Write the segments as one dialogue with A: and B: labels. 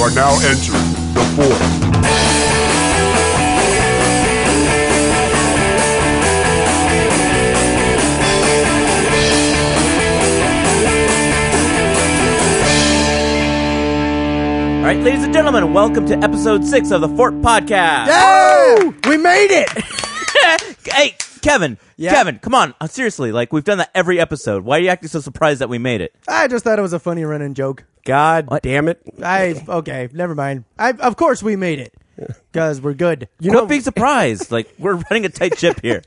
A: are now entering the fourth.
B: All right, ladies and gentlemen, welcome to episode six of the Fort Podcast.
C: Yeah! We made it!
B: Hey, Kevin,
C: Yeah.
B: Kevin, come on! Uh, seriously, like we've done that every episode. Why are you acting so surprised that we made it?
C: I just thought it was a funny running joke.
D: God
B: What?
D: damn it.
C: I okay, never mind. I of course we made it because we're good.
B: You Quit being surprised. like we're running a tight ship here,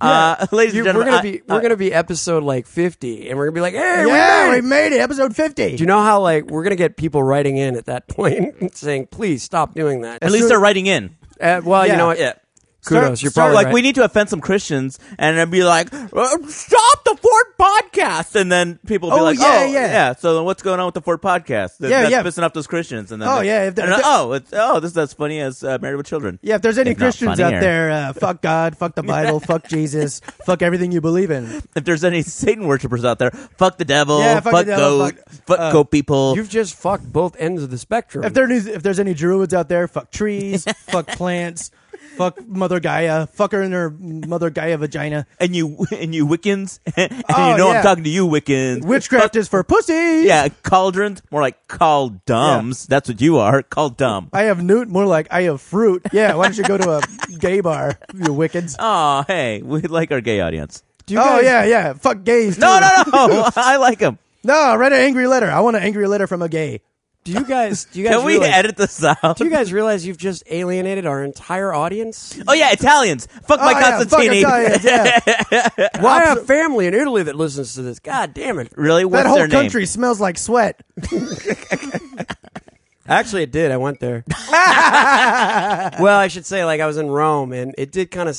B: uh, ladies
D: You-
B: and
D: we're
B: gentlemen.
D: gonna
B: I-
D: be
B: uh,
D: we're gonna be episode like fifty, and we're gonna be like, hey,
C: yeah,
D: we made
C: we
D: it.
C: made it. Episode fifty.
D: Do you know how like we're gonna get people writing in at that point and saying, please stop doing that.
B: at least they're writing in.
D: Uh, well,
C: Yeah.
D: you know what?
B: Yeah.
D: Kudos, you're probably
B: like
D: right.
B: we need to offend some Christians and then be like, "Uh, stop the Fort Podcast, and then people will be
C: Oh,
B: like,
C: yeah,
B: oh
C: yeah.
B: So then what's going on with the Fort Podcast? That-
C: Yeah,
B: that's
C: yeah.
B: pissing off those Christians, and then
C: Oh,
B: they-
C: yeah, if they're-
B: and then,
C: if they're-
B: oh it's, oh this is as funny as uh, Married with Children.
C: yeah, if there's any
B: If not
C: Christians
B: funnier.
C: out there, uh, fuck God, fuck the Bible, fuck Jesus, fuck everything you believe in.
B: If there's any Satan worshippers out there, fuck the devil,
C: Yeah, fuck the devil,
B: goat,
C: fuck-
B: fuck
C: uh,
B: goat people.
D: You've just fucked both ends of the spectrum.
C: If there if there's any druids out there, fuck trees, fuck plants, fuck Mother Gaia, fuck her in her Mother Gaia vagina.
B: and you and you Wiccans, and
C: Oh,
B: you know
C: yeah.
B: I'm talking to you Wiccans.
C: Witchcraft is for pussies.
B: yeah, cauldrons, more like call dumbs. That's what you are, call dumb.
C: I have newt, more like I have fruit. Yeah, why don't you go to a gay bar, you wickeds?
B: Oh, hey, we like our gay audience.
D: Do you
C: oh
D: guys-
C: yeah, yeah. Fuck gays.
B: No,
C: too.
B: no, no. I like him.
C: no. Write an angry letter. I want an angry letter from a gay.
D: Do you guys? Do you guys?
B: Can we
D: realize,
B: edit this out?
D: Do you guys realize you've just alienated our entire audience?
B: oh yeah, Italians. Fuck my
C: oh, yeah, fuck
B: Constantini.
C: Italians, yeah.
D: Why have family in Italy that listens to this? God damn it!
B: really? What's
C: that whole
B: their name?
C: country smells like sweat.
D: Actually, it did. I went there. well, I should say, like, I was in Rome, and it did kind of,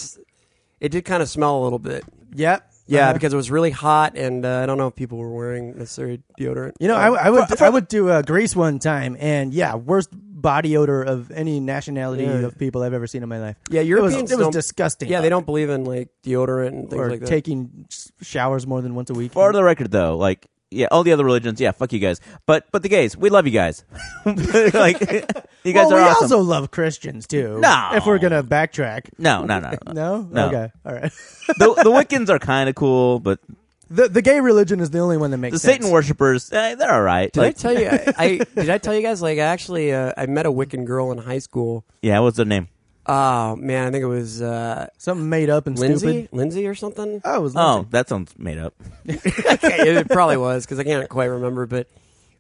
D: it did kind of smell a little bit.
C: Yep.
D: Yeah,
C: Uh-huh.
D: because it was really hot, and uh, I don't know if people were wearing necessarily deodorant.
C: you know I, I would I would do uh, Greece one time, and yeah, worst body odor of any nationality
D: Yeah.
C: of people I've ever seen in my life.
D: yeah,
C: it was,
D: Europeans
C: it was
D: don't-
C: disgusting.
D: Yeah, they don't believe in like deodorant and things
C: or
D: like that.
C: taking s- showers more than once a week.
B: For the record, though, like yeah, all the other religions, yeah, fuck you guys. But but the gays, we love you guys. like you guys
C: well,
B: are
C: we
B: awesome.
C: also love Christians too.
B: No.
C: if we're gonna backtrack.
B: no, no, no, no.
C: No?
B: No.
C: Okay. All right.
B: the, the Wiccans are kind of cool, but
C: the the gay religion is the only one that makes
B: the
C: sense.
B: Satan worshippers, eh, they're all right.
D: Did
B: Like,
D: I tell you? I, I did I tell you guys? Like, I actually uh, I met a Wiccan girl in high school.
B: yeah, what's their name?
D: Oh man, I think it was uh,
C: Something made up and
D: Lindsay,
C: stupid.
D: Lindsay or something.
C: Oh, it was
B: Oh,
C: Lindsay.
B: that sounds made up.
D: it, it probably was because I can't quite remember, but.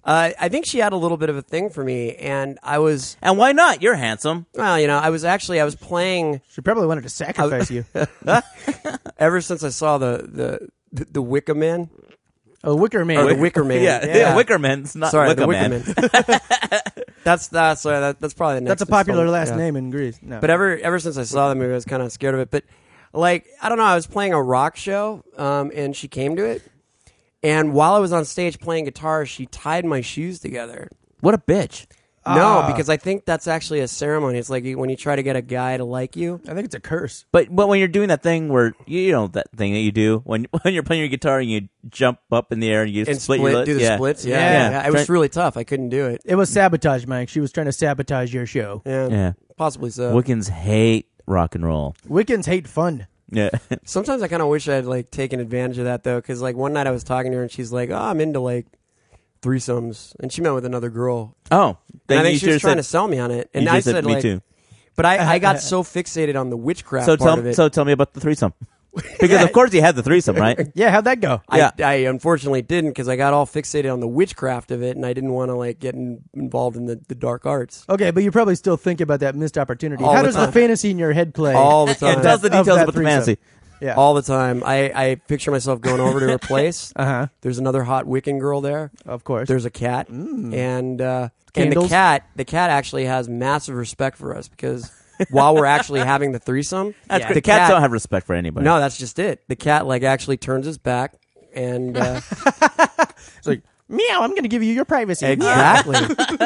D: Uh, I think she had a little bit of a thing for me, and I was
B: And why not? You're handsome.
D: Well, you know, I was actually I was playing
C: She probably wanted to sacrifice you.
D: ever since I saw the the the, the Wicker Man
C: Oh, Wicker Man.
D: or the Wicker Man.
B: Yeah, yeah. Wicker Man's not
D: Sorry,
B: Wicker
D: the Wicker
B: Man.
D: Man. that's that's uh, that, that's probably the next
C: That's a popular
D: installment,
C: last
D: yeah.
C: name in Greece. No.
D: But uh, ever ever since I saw the movie, I was kind of scared of it. But like I don't know, I was playing a rock show, um, and she came to it, and while I was on stage playing guitar, she tied my shoes together.
B: What a bitch.
C: Ah.
D: No, because I think that's actually a ceremony. It's like when you try to get a guy to like you.
C: I think it's a curse.
B: But but when you're doing that thing where you, you know that thing that you do when when you're playing your guitar and you jump up in the air and you
D: And
B: split,
D: split,
B: your lip,
D: do the
B: yeah.
D: splits, yeah,
C: Yeah.
D: yeah. It was
B: Try-
D: really tough. I couldn't do it.
C: It was sabotage, Mike. She was trying to sabotage your show.
D: Yeah,
B: Yeah.
D: possibly so.
B: Wiccans hate rock and roll.
C: Wiccans hate fun.
B: Yeah,
D: Sometimes I kind of wish I'd like taken advantage of that though, because like one night I was talking to her and she's like, "Oh, I'm into like threesomes," and she met with another girl.
B: oh,
D: And
B: then
D: I think
B: you
D: she was
B: should've
D: trying to
B: said-
D: sell me on it, and
B: you
D: I
B: should've
D: said,
B: "Me
D: like,
B: too."
D: But I, I got so fixated on the witchcraft
B: So
D: part
B: tell
D: of it.
B: so tell me about the threesome because of course you had the threesome, right?
C: Yeah, how'd that go?
D: I,
B: yeah.
D: I unfortunately didn't because I got all fixated on the witchcraft of it, and I didn't want to like get in, involved in the, the dark arts
C: Okay, but you probably still think about that missed opportunity.
D: All
C: How
D: the
C: does the
D: time.
C: fantasy in your head play?
D: all the time.
B: It does the
C: Of that
B: details about the
C: threesome.
B: fantasy.
C: yeah.
D: all the time. I, I picture myself going over to her place.
C: Uh-huh.
D: There's another hot Wiccan girl there.
C: of course.
D: There's a cat, and uh, and the
C: Candles.
D: cat, the cat actually has massive respect for us because while we're actually having the threesome,
B: That's
D: the
B: great. Cats don't have respect for anybody.
D: no, that's just it. The cat like actually turns his back, and uh,
C: it's like, meow, I'm going to give you your privacy.
D: exactly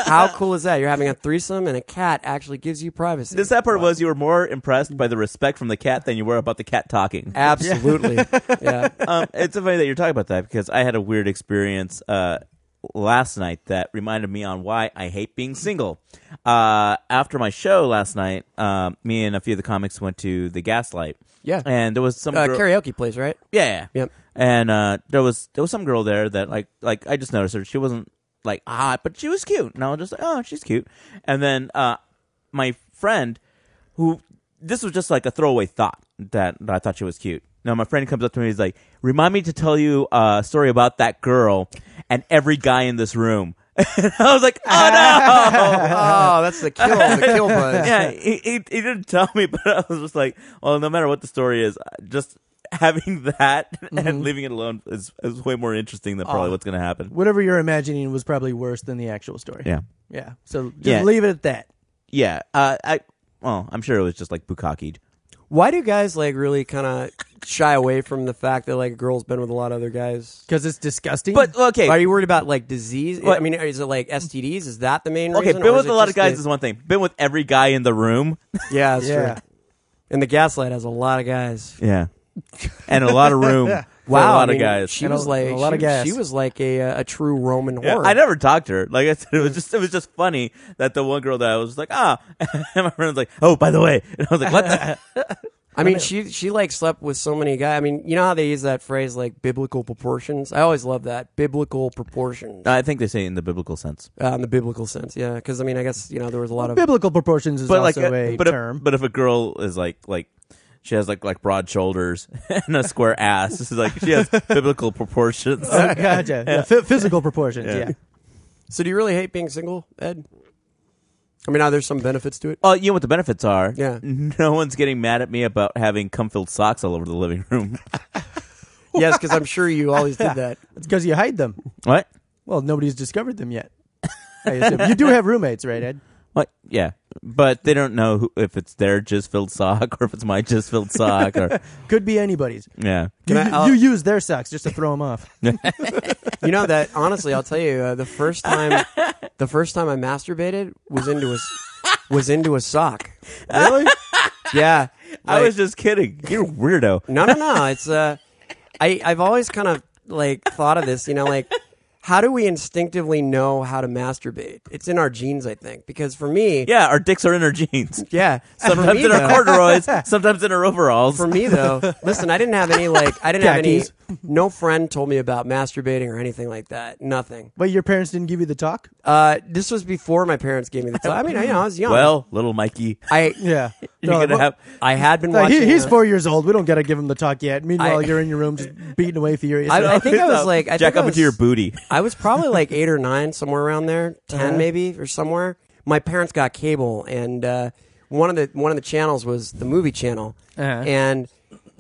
D: how cool is that? You're having a threesome, and a cat actually gives you privacy.
B: The sad part was you were more impressed by the respect from the cat than you were about the cat talking.
D: Absolutely, yeah.
B: um, it's so funny that you're talking about that because I had a weird experience uh, last night that reminded me on why I hate being single. Uh, after my show last night, um, me and a few of the comics went to the Gaslight.
D: Yeah.
B: and there was some
D: Uh,
B: girl-
D: karaoke place, right?
B: Yeah.
D: Yep.
B: And uh, there was there was some girl there that like like I just noticed her. She wasn't like hot, but she was cute. And I was just like, oh, she's cute. And then uh, my friend, who this was just like a throwaway thought that, that I thought she was cute. Now my friend comes up to me. He's like, remind me to tell you a story about that girl and every guy in this room. and I was like, oh no.
D: Oh, that's the kill, the kill buzz.
B: yeah, he, he, he didn't tell me, but I was just like, well, no matter what the story is, uh, just having that and leaving it alone is, is way more interesting than probably what's going to happen.
C: Whatever you're imagining was probably worse than the actual story.
B: Yeah.
C: Yeah. So just
B: Yeah.
C: leave it at that.
B: Yeah. Uh, I, well, I'm sure it was just like bukakied.
D: Why do guys like really kind of shy away from the fact that like a girl's been with a lot of other guys?
C: Because it's disgusting.
B: But, okay.
D: Are you worried about like disease?
B: What-
D: I mean, is it like STDs? Is that the main
B: okay,
D: reason?
B: been
D: or
B: with
D: is it
B: a lot of
D: just
B: guys
D: the-
B: is one thing. Been with every guy in the room.
D: yeah, that's
C: yeah.
D: true. And the Gaslight has a lot of guys.
B: Yeah. and a lot of room. for a
D: Wow,
B: lot
D: I mean,
B: of guys.
D: She
C: And a-
D: was like
C: a lot
D: she,
C: of gas.
D: She was like a uh, a true Roman
B: Yeah,
D: whore.
B: I never talked to her. Like I said, it was just it was just funny that the one girl that I was like, ah, and my friend was like, oh, by the way, and I was like, what the?
D: I mean, she she like slept with so many guys. I mean, you know how they use that phrase like biblical proportions. I always love that biblical proportions
B: I think they say it in the biblical sense.
D: uh, in the biblical sense. Yeah, because I mean, I guess you know there was a lot of
C: biblical proportions is
B: but like
C: also
B: uh,
C: a
B: but
C: term.
B: If, but if a girl is like like she has like like broad shoulders and a square ass, this is like she has biblical proportions.
D: Uh,
C: gotcha. Yeah. phy- physical proportions.
B: Yeah.
C: Yeah.
D: So do you really hate being single, Ed? I mean, are there some benefits to it?
B: Well, you know what the benefits are.
D: Yeah.
B: No one's getting mad at me about having cum-filled socks all over the living room.
D: yes, because I'm sure you always did that.
C: It's because you hide them.
B: what?
C: Well, nobody's discovered them yet. I assume. You do have roommates, right, Ed?
B: What? Yeah. But they don't know who, if it's their jizz-filled sock or if it's my jizz-filled sock or
C: Could be anybody's.
B: yeah.
C: You,
D: Can I- I'll-
C: you use their socks just to throw them off.
D: You know that honestly, I'll tell you, uh, the first time, the first time I masturbated was into a s- was into a sock. Really? Yeah.
B: I
D: like-
B: was just kidding. You're a weirdo.
D: No, no, no. It's uh, I I've always kind of like thought of this. You know, like how do we instinctively know how to masturbate? It's in our genes, I think. Because for me,
B: Yeah, our dicks are in our jeans.
D: yeah. for
B: Sometimes
D: me,
B: in our
D: though-
B: corduroys, sometimes in our overalls.
D: For me though, listen, I didn't have any like I didn't
C: Khakis.
D: have any no friend told me about masturbating or anything like that. Nothing.
C: But your parents didn't give you the talk?
D: Uh, this was before my parents gave me the time. I mean, I, you know, I was young.
B: well, little Mikey,
D: I
C: Yeah.
B: you're
C: No,
B: gonna
C: well,
B: have
D: I had been
C: like,
D: watching.
C: he- he's
D: uh,
C: four years old. We don't got to give him the talk yet. Meanwhile,
D: I-
C: you're in your room just beating away furiously.
D: I, I think I was like, I
B: jack
D: think I
B: up
D: was-
B: into your booty.
D: I was probably like eight or nine, somewhere around there, 10
C: Uh-huh.
D: maybe or somewhere. My parents got cable, and uh, one of the one of the channels was the movie channel,
C: Uh-huh.
D: and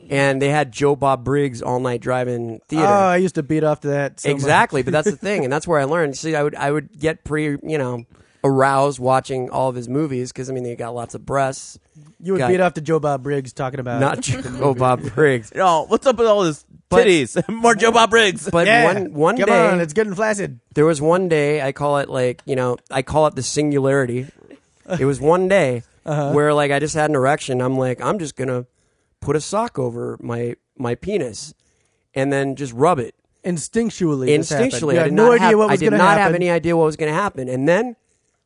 D: and they had Joe Bob Briggs all night driving theater.
C: oh, I used to beat off to that. So much.
D: exactly, but that's the thing, and that's where I learned. See, I would I would get pretty you know aroused watching all of his movies because I mean they got lots of breasts.
C: You would
D: Got-
C: beat off to Joe Bob Briggs talking about
D: Not Joe Bob Briggs,
B: No, Oh, what's up with all this
D: But-
B: titties? More Joe Bob Briggs.
D: but
C: Yeah.
D: one one
C: Come
D: day
C: on, it's getting flaccid.
D: There was one day I call it like you know I call it the singularity. It was one day
C: Uh-huh.
D: where like I just had an erection. I'm like I'm just gonna put a sock over my my penis and then just rub it
C: Instinctually, this happened.
D: instinctually.
C: You
D: I
C: had
D: did
C: no
D: not
C: idea
D: have,
C: what was
D: I did
C: gonna
D: not have
C: happen.
D: any idea what was going to happen, and then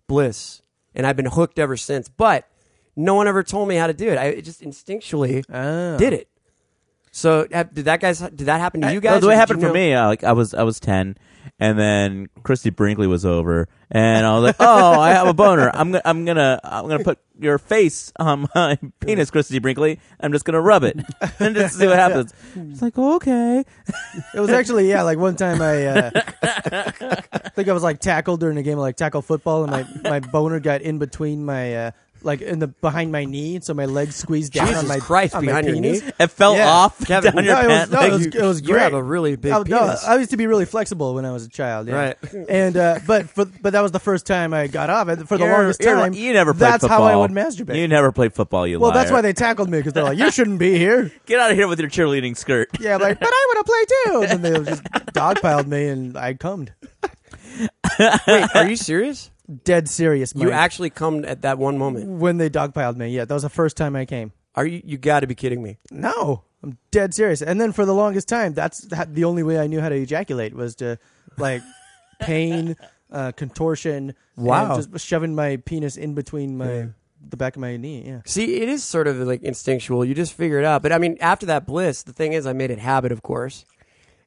D: bliss, and I've been hooked ever since. But no one ever told me how to do it. I it just instinctually
C: Ah.
D: did it. So have, did that guys? Did that happen to you guys?
B: No, the
D: or
B: way it
D: did
B: happened
D: you
B: for
D: know-
B: me, uh, like I was I was ten, and then Christy Brinkley was over, and I was like, "Oh, I have a boner. I'm gonna I'm gonna I'm gonna put your face on my penis, Christy Brinkley. I'm just gonna rub it and just see what happens." It's like okay,
C: It was actually yeah. Like one time, I uh, I think I was like tackled during a game of like tackle football, and my my boner got in between my uh, like in the behind my knee, so my leg squeezed down
D: Jesus
C: on my
D: Christ,
C: on
D: behind
C: my
D: your
C: penis.
D: knee?
B: it fell
C: Yeah.
B: off
D: Kevin,
B: down your
C: no, it was-
B: pant
C: no,
B: leg.
C: it was- it was
D: you have
C: great.
D: a really big
C: I, no,
D: penis.
C: I used to be really flexible when I was a child, yeah.
D: Right.
C: And uh, but for, but that was the first time I got off. And for the
B: You're-
C: longest
B: you're-
C: time,
B: you never played
C: That's
B: football.
C: how I would masturbate.
B: You never played football. You
C: well,
B: liar.
C: that's why they tackled me because they're like, "You shouldn't be here."
B: get out of here with your cheerleading skirt.
C: Yeah, I'm like, but I want to play too. And then they just dogpiled me, and I cummed.
D: Wait, are you serious?
C: Dead serious.
D: You
C: Mike.
D: actually come at that one moment.
C: when they dogpiled me. Yeah, that was the first time I came.
D: Are you? You got to be kidding me.
C: No, I'm dead serious. And then for the longest time, that's ha- the only way I knew how to ejaculate was to like pain, uh, contortion. and
D: Wow.
C: just shoving my penis in between my the back of my knee. Yeah.
D: See, it is sort of like instinctual. You just figure it out. But I mean, after that bliss, the thing is, I made it habit, of course.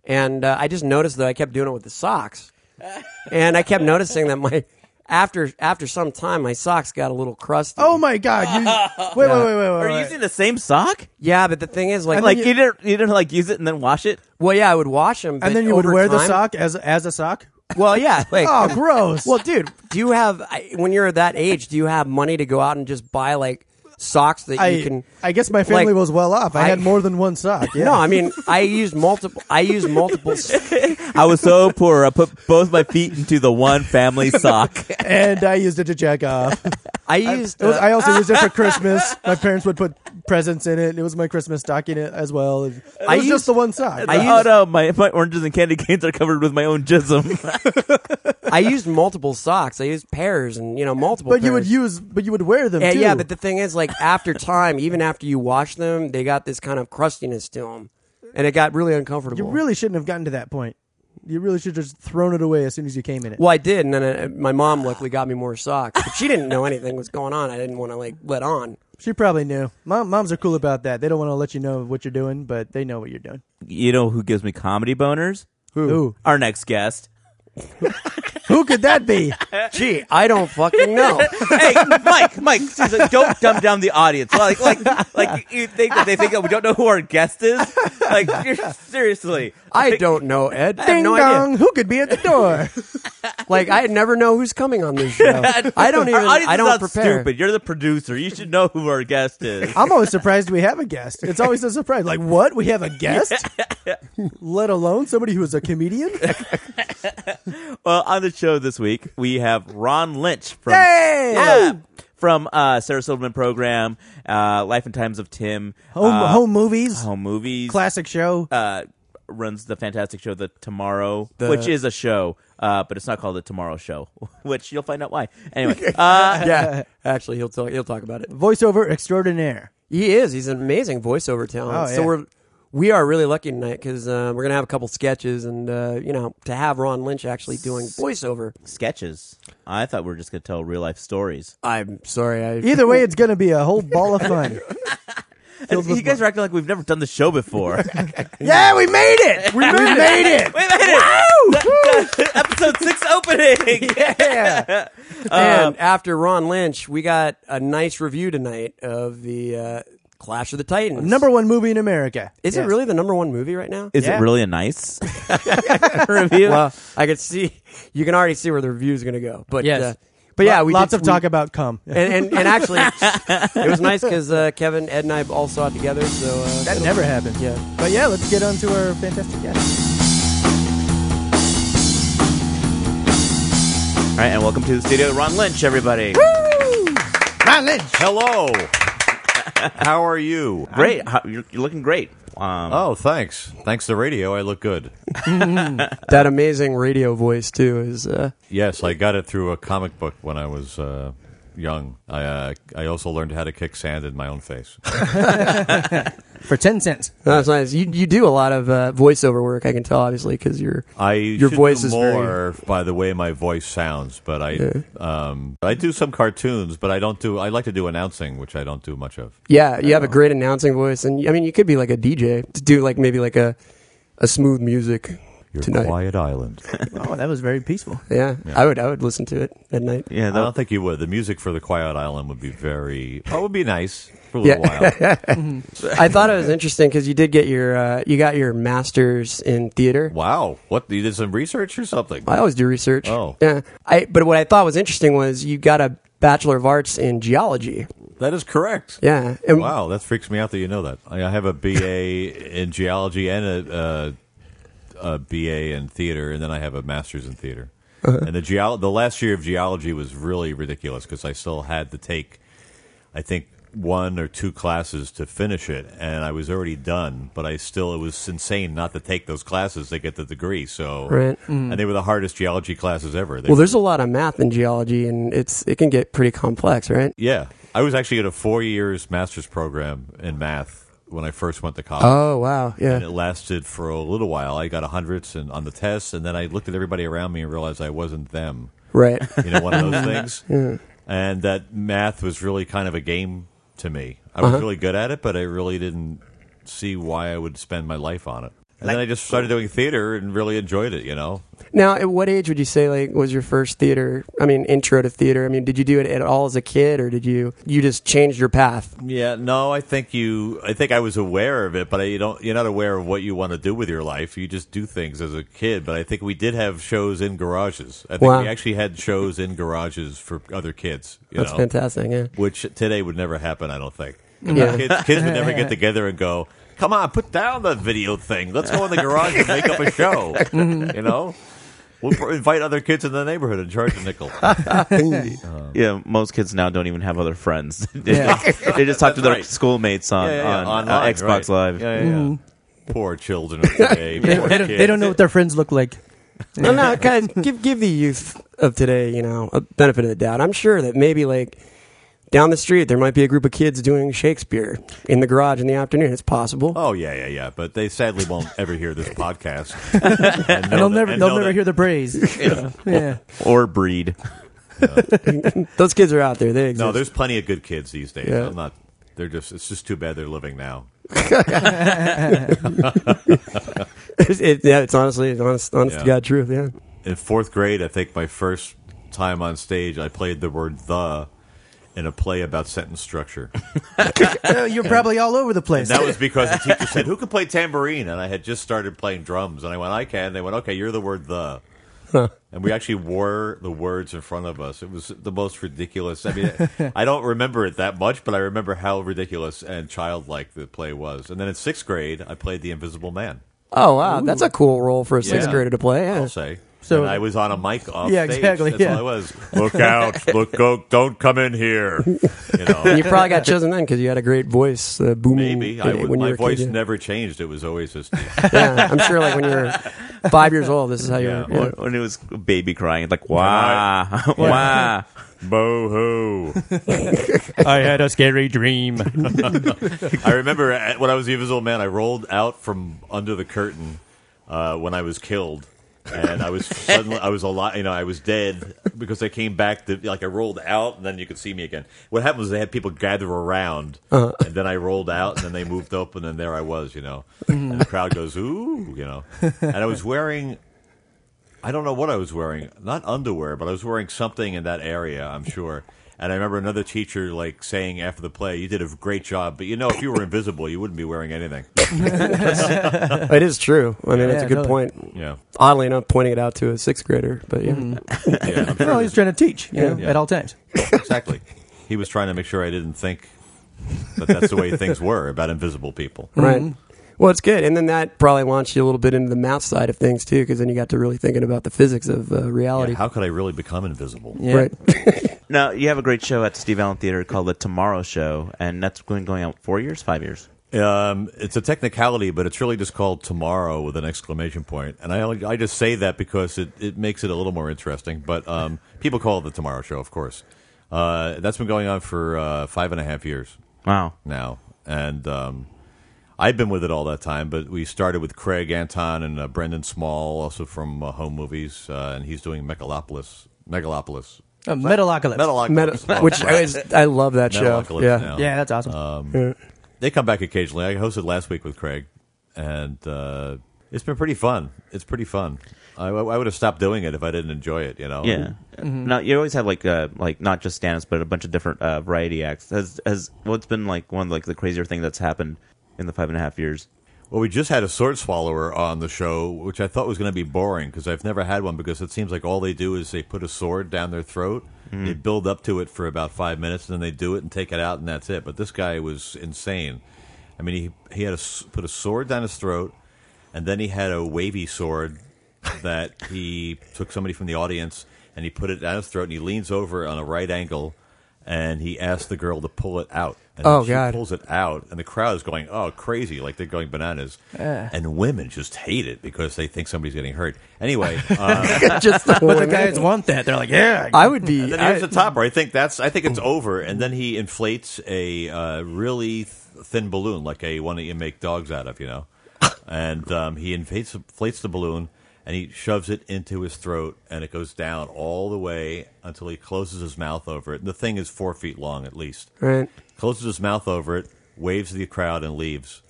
D: And uh, I just noticed that I kept doing it with the socks, and I kept noticing that my after after some time, my socks got a little crusty.
C: Oh my god! You, wait, wait, wait, wait, wait.
B: Are you
C: wait.
B: using the same sock?
D: yeah, but the thing is, like,
B: Like
D: like,
B: you didn't you didn't like use it and then wash it?
D: well, yeah, I would wash them,
C: and then you would wear the
D: time,
C: sock as as a sock.
D: Well, yeah, like,
C: Oh, gross!
D: well, dude, do you have I, when you're that age? Do you have money to go out and just buy like socks that you
C: I
D: can?
C: I guess my family
D: like,
C: was well off. I,
D: I-
C: had more than one sock. Yeah.
D: No, I mean, I used multiple. I used multiple.
B: I was so poor. I put both my feet into the one family sock.
C: and I used it to jack off.
D: I used.
C: It was,
D: uh,
C: I also used it for Christmas. My parents would put presents in it. It was my Christmas stockinette as well. It was
D: I used-
C: just the one sock.
D: I
B: oh
D: used-
B: no, my, my oranges and candy canes are covered with my own jism.
D: I used multiple socks. I used pairs and you know multiple.
C: but you would
D: pairs.
C: use, but you would wear them.
D: Yeah,
C: too.
D: yeah, but the thing is, like after time, even after you wash them, they got this kind of crustiness to them, and it got really uncomfortable.
C: you really shouldn't have gotten to that point. You really should have just thrown it away as soon as you came in it.
D: well, I did, and then uh my mom luckily got me more socks. But she didn't know anything was going on. I didn't want to like let on.
C: She probably knew. Mom, moms are cool about that. They don't want to let you know what you're doing, but they know what you're doing.
B: you know who gives me comedy boners?
C: Who? Who,
B: Our next guest.
C: could that be?
D: Gee, I don't fucking know.
B: hey, Mike, Mike, seriously, don't dumb down the audience. Like, like, like you think that they think that we don't know who our guest is? Like, you're, seriously,
D: I don't know, Ed. I have
C: Ding
D: no
C: dong.
D: idea.
C: Who could be at the door?
D: Like I never know who's coming on this show. I don't even.
B: Our audience
D: I
B: is
D: don't
B: not
D: prepare.
B: Stupid. You're the producer. You should know who our guest is.
C: I'm always surprised we have a guest. It's always a surprise. Like, what? We have a guest? Let alone somebody who is a comedian?
B: Well, on the show this week we have Ron Lynch from
C: Hey!
B: Yeah, from uh, Sarah Silverman program, uh, Life and Times of Tim,
C: Home,
B: uh,
C: home movies,
B: home movies,
C: classic show.
B: uh, runs the fantastic show The Tomorrow, which is a show, uh, but it's not called The Tomorrow Show, which you'll find out why. Anyway, uh,
D: Yeah, actually, he'll talk. He'll talk about it.
C: Voiceover extraordinaire.
D: He is. He's an amazing voiceover talent.
C: Oh,
D: So
C: yeah.
D: we're we are really lucky tonight because uh, we're gonna have a couple sketches and uh, you know to have Ron Lynch actually doing voiceover.
B: sketches. I thought we were just going to tell real life stories.
D: I'm sorry. I,
C: Either way, it's going to be a whole ball of fun.
B: And you guys are acting like we've never done the show before. we made
C: yeah, we made it. We made, it.
B: it! Episode 6 opening!
C: Yeah.
D: and after Ron Lynch, we got a nice review tonight of the uh, Clash of the Titans.
C: Number one movie in America.
D: is
C: Yes.
D: it really the number one movie right now?
B: Is
C: Yeah.
B: it really a nice review?
D: well, I could see you can already see where the review is gonna go. But
C: Yes.
D: uh, but yeah, we
C: lots
D: did-
C: of
D: we-
C: talk about cum.
D: And, and, and actually, it was nice because uh, Kevin, Ed, and I all saw it together. So uh,
C: that never happened.
D: Yeah.
C: But yeah, let's get on to our fantastic guest.
B: All right, and welcome to the studio, Ron Lynch, everybody.
C: Ron Lynch.
E: Hello. How are you?
B: Great. How, you're, you're looking great. Um,
E: Oh, thanks. Thanks to radio, I look good.
D: that amazing radio voice too is uh,
E: Yes, I got it through a comic book when I was uh, young. I uh, I also learned how to kick sand in my own face.
C: For 10 cents.
D: that's nice. You you do a lot of uh, voiceover work. I can tell obviously because you're
E: I
D: Your
E: should
D: voice
E: do
D: is very-
E: more by the way my voice sounds, but I um, I do some cartoons, but I don't do. I like to do announcing, which I don't do much of.
D: yeah you
E: Oh.
D: have a great announcing voice and I mean you could be like a DJ to do like maybe like a a smooth music
E: Your
D: tonight.
E: quiet island.
C: Oh, that was very peaceful.
D: Yeah, I would I would listen to it at night.
B: yeah,
E: I
B: that,
E: don't think you would. The music for the quiet island would be very. Oh, it would be nice for a
D: Yeah.
E: little while.
D: I thought it was interesting because you did get your uh, you got your masters in theater.
E: wow, what you did some research or something?
D: I always do research.
E: Oh.
D: yeah. I but what I thought was interesting was you got a bachelor of arts in geology.
E: That is correct.
D: Yeah. And
E: Wow, that freaks me out that you know that. I I have a BA in geology and a, a, a BA in theater, and then I have a master's in theater.
D: Uh-huh.
E: And the geol the last year of geology was really ridiculous because I still had to take, I think, one or two classes to finish it, and I was already done. But I still it was insane not to take those classes to get the degree. So
D: Right.
E: and they were the hardest geology classes ever. They
D: Well,
E: were-
D: there's a lot of math in geology, and it's it can get pretty complex, right?
E: Yeah, I was actually at a four years master's program in math when I first went to college.
D: Oh wow,
E: And it
D: yeah.
E: lasted for a little while. I got a hundreds and on the tests, and then I looked at everybody around me and realized I wasn't them.
D: Right.
E: You know, one of those things. And that math was really kind of a game to me. I was really good at it, but I really didn't see why I would spend my life on it. And then I just started doing theater and really enjoyed it. You know,
D: Now, at what age would you say like was your first theater? I mean, intro to theater. I mean, did you do it at all as a kid, or did you you just change your path?
E: Yeah, no, I think you. I think I was aware of it, but I, you don't. You're not aware of what you want to do with your life. You just do things as a kid. But I think we did have shows in garages. I think
D: Wow.
E: we actually had shows in garages for other kids. You
D: That's
E: know,
D: fantastic. Yeah.
E: Which today would never happen. I don't think.
D: Yeah.
E: Kids, kids would never get together and go. Come on, put down the video thing. Let's go in the garage and make up a show.
D: Mm-hmm.
E: you know, we'll pr- invite other kids in the neighborhood and charge a nickel. Uh-huh.
B: Yeah, most kids now don't even have other friends. they,
C: Yeah.
B: just, they just talk to their
E: right.
B: schoolmates on,
E: Yeah, yeah, yeah,
B: on, uh,
E: online,
B: Xbox
E: right.
B: Live.
E: Yeah, yeah, yeah. Poor children of today.
C: They,
E: poor
C: they don't, they
E: kids.
C: don't know what their friends look like.
D: no, no, guys, give give the youth of today, you know, a benefit of the doubt. I'm sure that maybe like down the street there might be a group of kids doing Shakespeare in the garage in the afternoon. It's possible.
E: Oh yeah, yeah, yeah. But they sadly won't ever hear this podcast. and
C: And they'll never, they'll never hear the praise. yeah.
B: Or breed.
D: Those kids are out there. They exist.
E: No, there's plenty of good kids these days.
D: Yeah.
E: I'm not. They're just. It's just too bad they're living now.
D: it, yeah, it's honestly, it's honest, honest to
E: Yeah.
D: God truth. Yeah.
E: In fourth grade, I think my first time on stage, I played the word "the" in a play about sentence structure.
C: Uh, You're probably all over the place.
E: And that was because the teacher said, "Who can play tambourine?" And I had just started playing drums, and I went, "I can." And they went, "Okay, you're the word the." And we actually wore the words in front of us. It was the most ridiculous. I mean, I don't remember it that much, but I remember how ridiculous and childlike the play was. And then in sixth grade, I played the Invisible Man.
D: Oh wow, that's a cool role for a sixth
E: Yeah.
D: grader to play. Yeah.
E: I'll say.
C: So-
E: So I was on a mic off
C: Yeah,
E: stage.
C: exactly,
E: That's
C: yeah.
E: all I was. Look out! Look, go! Don't come in here. You know.
D: And you probably got chosen then because you had a great voice, uh, booming.
E: Maybe I
D: uh,
E: would,
D: when you
E: my
D: were a
E: voice
D: kid, yeah.
E: never changed. It was always this.
D: yeah, I'm sure. Like when you were five years old, this is how you
E: Yeah.
D: were. yeah.
B: When- When it was a baby crying, like, wow, wow.
E: Boho.
C: I had a scary dream.
E: I remember at, when I was the Invisible Man, I rolled out from under the curtain uh, when I was killed, and I was suddenly I was alive. You know, I was dead because I came back. To, like I rolled out, and then you could see me again. What happened was they had people gather around, and then I rolled out, and then they moved open, and there I was. You know, and the crowd goes ooh, you know, and I was wearing. I don't know what I was wearing. Not underwear, but I was wearing something in that area, I'm sure. And I remember another teacher like saying after the play, "You did a great job, but you know if you were invisible, you wouldn't be wearing anything."
D: It is true. I mean, it's
C: Yeah,
D: a good
C: totally.
D: point.
E: Yeah.
D: Oddly enough, pointing it out to a sixth grader, but yeah.
E: Mm-hmm. Yeah, I'm sure
C: no,
E: it
C: he's trying to teach you know,
E: Yeah.
C: at all times.
E: was- exactly. He was trying to make sure I didn't think that that's the way things were about invisible people.
D: Right. Well, it's good, and then that probably launched you a little bit into the math side of things too, because then you got to really thinking about the physics of uh, reality.
E: Yeah, how could I really become invisible?
C: Yeah.
D: Right.
B: Now, you have a great show at Steve Allen Theater called The Tomorrow Show, and that's been going out four years, five years.
E: Um, it's a technicality, but it's really just called tomorrow with an exclamation point. And I only, I just say that because it, it makes it a little more interesting. But um, people call it the Tomorrow Show, of course. Uh, that's been going on for uh, five and a half years
B: Wow.
E: now, and um, I've been with it all that time. But we started with Craig Anton and uh, Brendan Small, also from uh, Home Movies, uh, and he's doing Megalopolis. Megalopolis.
D: Oh,
C: Uh, Metalocalypse.
E: Metalocalypse.
D: Meta, which is, I love that show.
E: Metalocalypse
D: Yeah.
E: now.
C: yeah, that's awesome.
D: Yeah.
E: they come back occasionally. I hosted last week with Craig, and uh, it's been pretty fun. It's pretty fun. I, I would have stopped doing it if I didn't enjoy it. You know.
B: Yeah.
E: Mm-hmm.
B: Now, you always have, like, uh, like not just stand but a bunch of different uh, variety acts. Has, has what's been, like, one of like, the crazier thing that's happened in the five and a half years?
E: Well, we just had a sword swallower on the show, which I thought was going to be boring because I've never had one. Because it seems like all they do is they put a sword down their throat, they build up to it for about five minutes, and then they do it and take it out, and that's it. But this guy was insane. I mean, he he had a s put a sword down his throat, and then he had a wavy sword that he took somebody from the audience and he put it down his throat, and he leans over on a right angle, and he asked the girl to pull it out. And
D: Oh,
E: she
D: God.
E: pulls it out, and the crowd is going, oh, crazy, like they're going bananas. And women just hate it because they think somebody's getting hurt. Anyway, uh,
D: Just the
C: but the
D: one-
C: guys want that. They're like, yeah.
D: I would be.
E: and then
D: I-
E: here's the topper. I think that's. I think it's over. And then he inflates a uh, really th- thin balloon, like a one that you make dogs out of, you know. and um, he inflates, inflates the balloon and he shoves it into his throat, and it goes down all the way until he closes his mouth over it. And the thing is four feet long at least.
D: Right.
E: Closes his mouth over it, waves to the crowd, and leaves.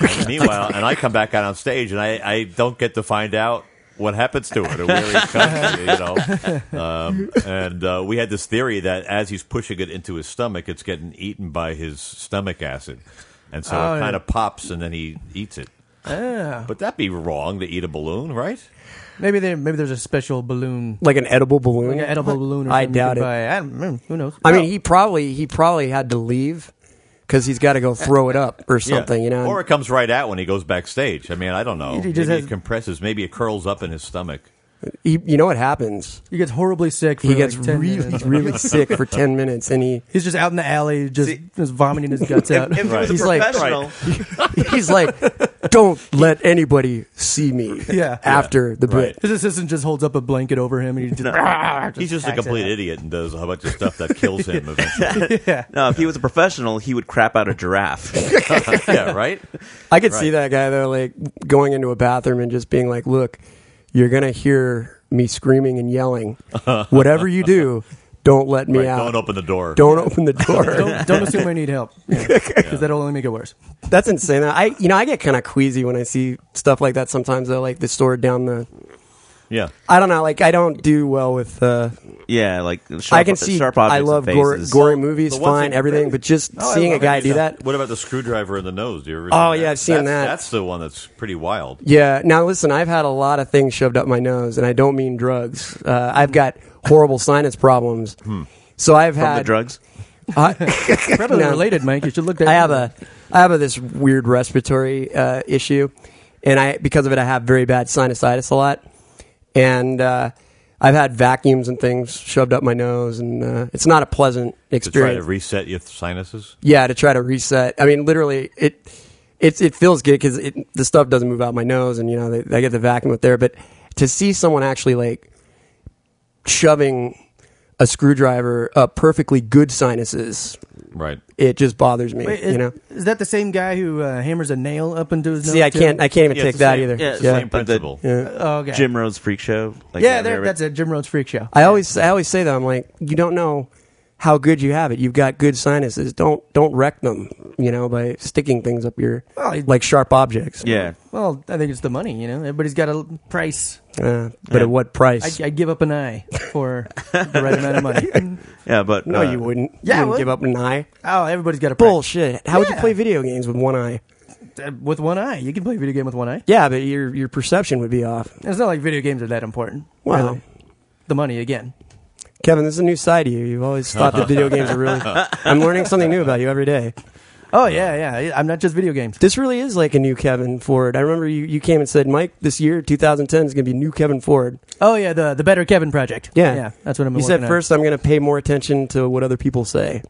E: And meanwhile, and I come back out on stage, and I, I don't get to find out what happens to it or where it comes, you know. Um, and uh, we had this theory that as he's pushing it into his stomach, it's getting eaten by his stomach acid, and so
C: Oh,
E: it
C: yeah.
E: kind of pops, and then he eats it. But that'd be wrong to eat a balloon, right?
C: Maybe there, maybe there's a special balloon,
D: Like an edible balloon.
C: like an edible balloon. Or
D: I
C: something you
D: doubt
C: can
D: it.
C: buy. I don't, know. who knows?
D: I mean, he probably he probably had to leave because he's got to go throw it up or
E: Yeah.
D: something. You know.
E: Or it comes right out when he goes backstage. I mean, I don't know.
C: He
E: maybe
C: just has-
E: it compresses. Maybe it curls up in his stomach.
D: he, you know what happens?
C: he gets horribly sick. For
D: He gets
C: like 10
D: really
C: minutes.
D: really sick for ten minutes, and he
C: He's just out in the alley, just, just vomiting his guts out.
B: If it was
C: He's
B: a
C: like,
B: professional,
D: he's like, "Don't let anybody see me."
C: Yeah.
D: After the bit,
E: Right.
C: his assistant just holds up a blanket over him, and he just,
E: He's just a
C: hacks it
E: complete
C: out.
E: idiot and does a bunch of stuff that kills him eventually.
C: Yeah.
B: no, if he was a professional, he would crap out a giraffe.
E: yeah, right?
D: I could see that guy though, like going into a bathroom and just being like, "Look, you're gonna hear me screaming and yelling. Whatever you do, don't let me
E: Right,
D: out.
E: Don't open the door.
D: Don't open the door."
C: Don't, don't assume I need help because that'll only make it worse.
D: That's insane. I, you know, I get kind of queasy when I see stuff like that sometimes. Though, like the store down the,
E: Yeah.
D: I don't know. Like I don't do well with. Uh,
B: yeah, like sharp,
D: I can see.
B: sharp
D: I
B: objects
D: love
B: and
D: gore,
B: faces.
D: gory movies,
E: the one
D: fine,
E: thing-
D: everything, but just
E: Oh,
D: seeing a guy do that.
E: What about the screwdriver in the nose? Do you ever
D: Oh,
E: see
D: yeah, I've seen
E: That's-
D: that.
E: That's the one that's pretty wild.
D: Yeah. Now listen, I've had a lot of things shoved up my nose, and I don't mean drugs. Uh, I've got horrible sinus problems. So I've
B: Hmm. from
D: had
B: the drugs.
D: I,
C: Probably
D: No.
C: related, Mike. You should look. That
D: I have a I have a, this weird respiratory uh, issue, and I because of it I have very bad sinusitis a lot, and uh, I've had vacuums and things shoved up my nose, and uh, it's not a pleasant
E: To try to
D: experience.
E: reset your sinuses?
D: yeah, to try to reset. I mean, literally it. It, it feels good because the stuff doesn't move out my nose, and you know they, I get the vacuum up there. But to see someone actually like shoving a screwdriver up perfectly good sinuses,
E: Right.
D: it just bothers me.
C: Wait, is,
D: you know,
C: is that the same guy who uh, hammers a nail up into his nose?
D: See, I
C: too?
D: can't. I can't even
E: Yeah,
D: take
E: it's the
D: that
E: same-
D: either.
E: it's the
D: Yeah.
E: same principle.
C: Oh, okay.
B: Jim Rhodes freak show. Like,
C: Yeah,
B: have you
C: there,
B: ever-
C: that's it. Jim Rhodes freak show.
D: I always, I always say that. I'm like, you don't know how good you have it. You've got good sinuses. Don't, don't wreck them. You know, by sticking things up your
C: Well, it-
D: like sharp objects.
B: Yeah,
C: Well, I think it's the money. You know, everybody's got a l- price.
D: Uh, but at what price?
C: I, I give up an eye for the right amount of money.
B: yeah, but
D: no,
B: uh,
D: you wouldn't.
C: yeah, I
D: you wouldn't
C: would.
D: give up an eye.
C: Oh, everybody's got a price.
D: Bullshit. How would you
C: Yeah.
D: play video games with one eye?
C: Uh, With one eye, you can play a video game with one eye.
D: Yeah, but your your perception would be off.
C: It's not like video games are that important.
D: Wow.
C: really. The money again.
D: Kevin, this is a new side to you. You've always thought that video games are really. I'm learning something new about you every day.
C: Oh yeah, yeah. I'm not just video games.
D: This really is like a new Kevin Ford. I remember you, you came and said, Mike, this year, 2010, is going to be new Kevin Ford.
C: Oh yeah, the the Better Kevin Project.
D: Yeah.
C: yeah. That's what I'm.
D: You
C: working
D: said
C: on.
D: first, I'm going to pay more attention to what other people say.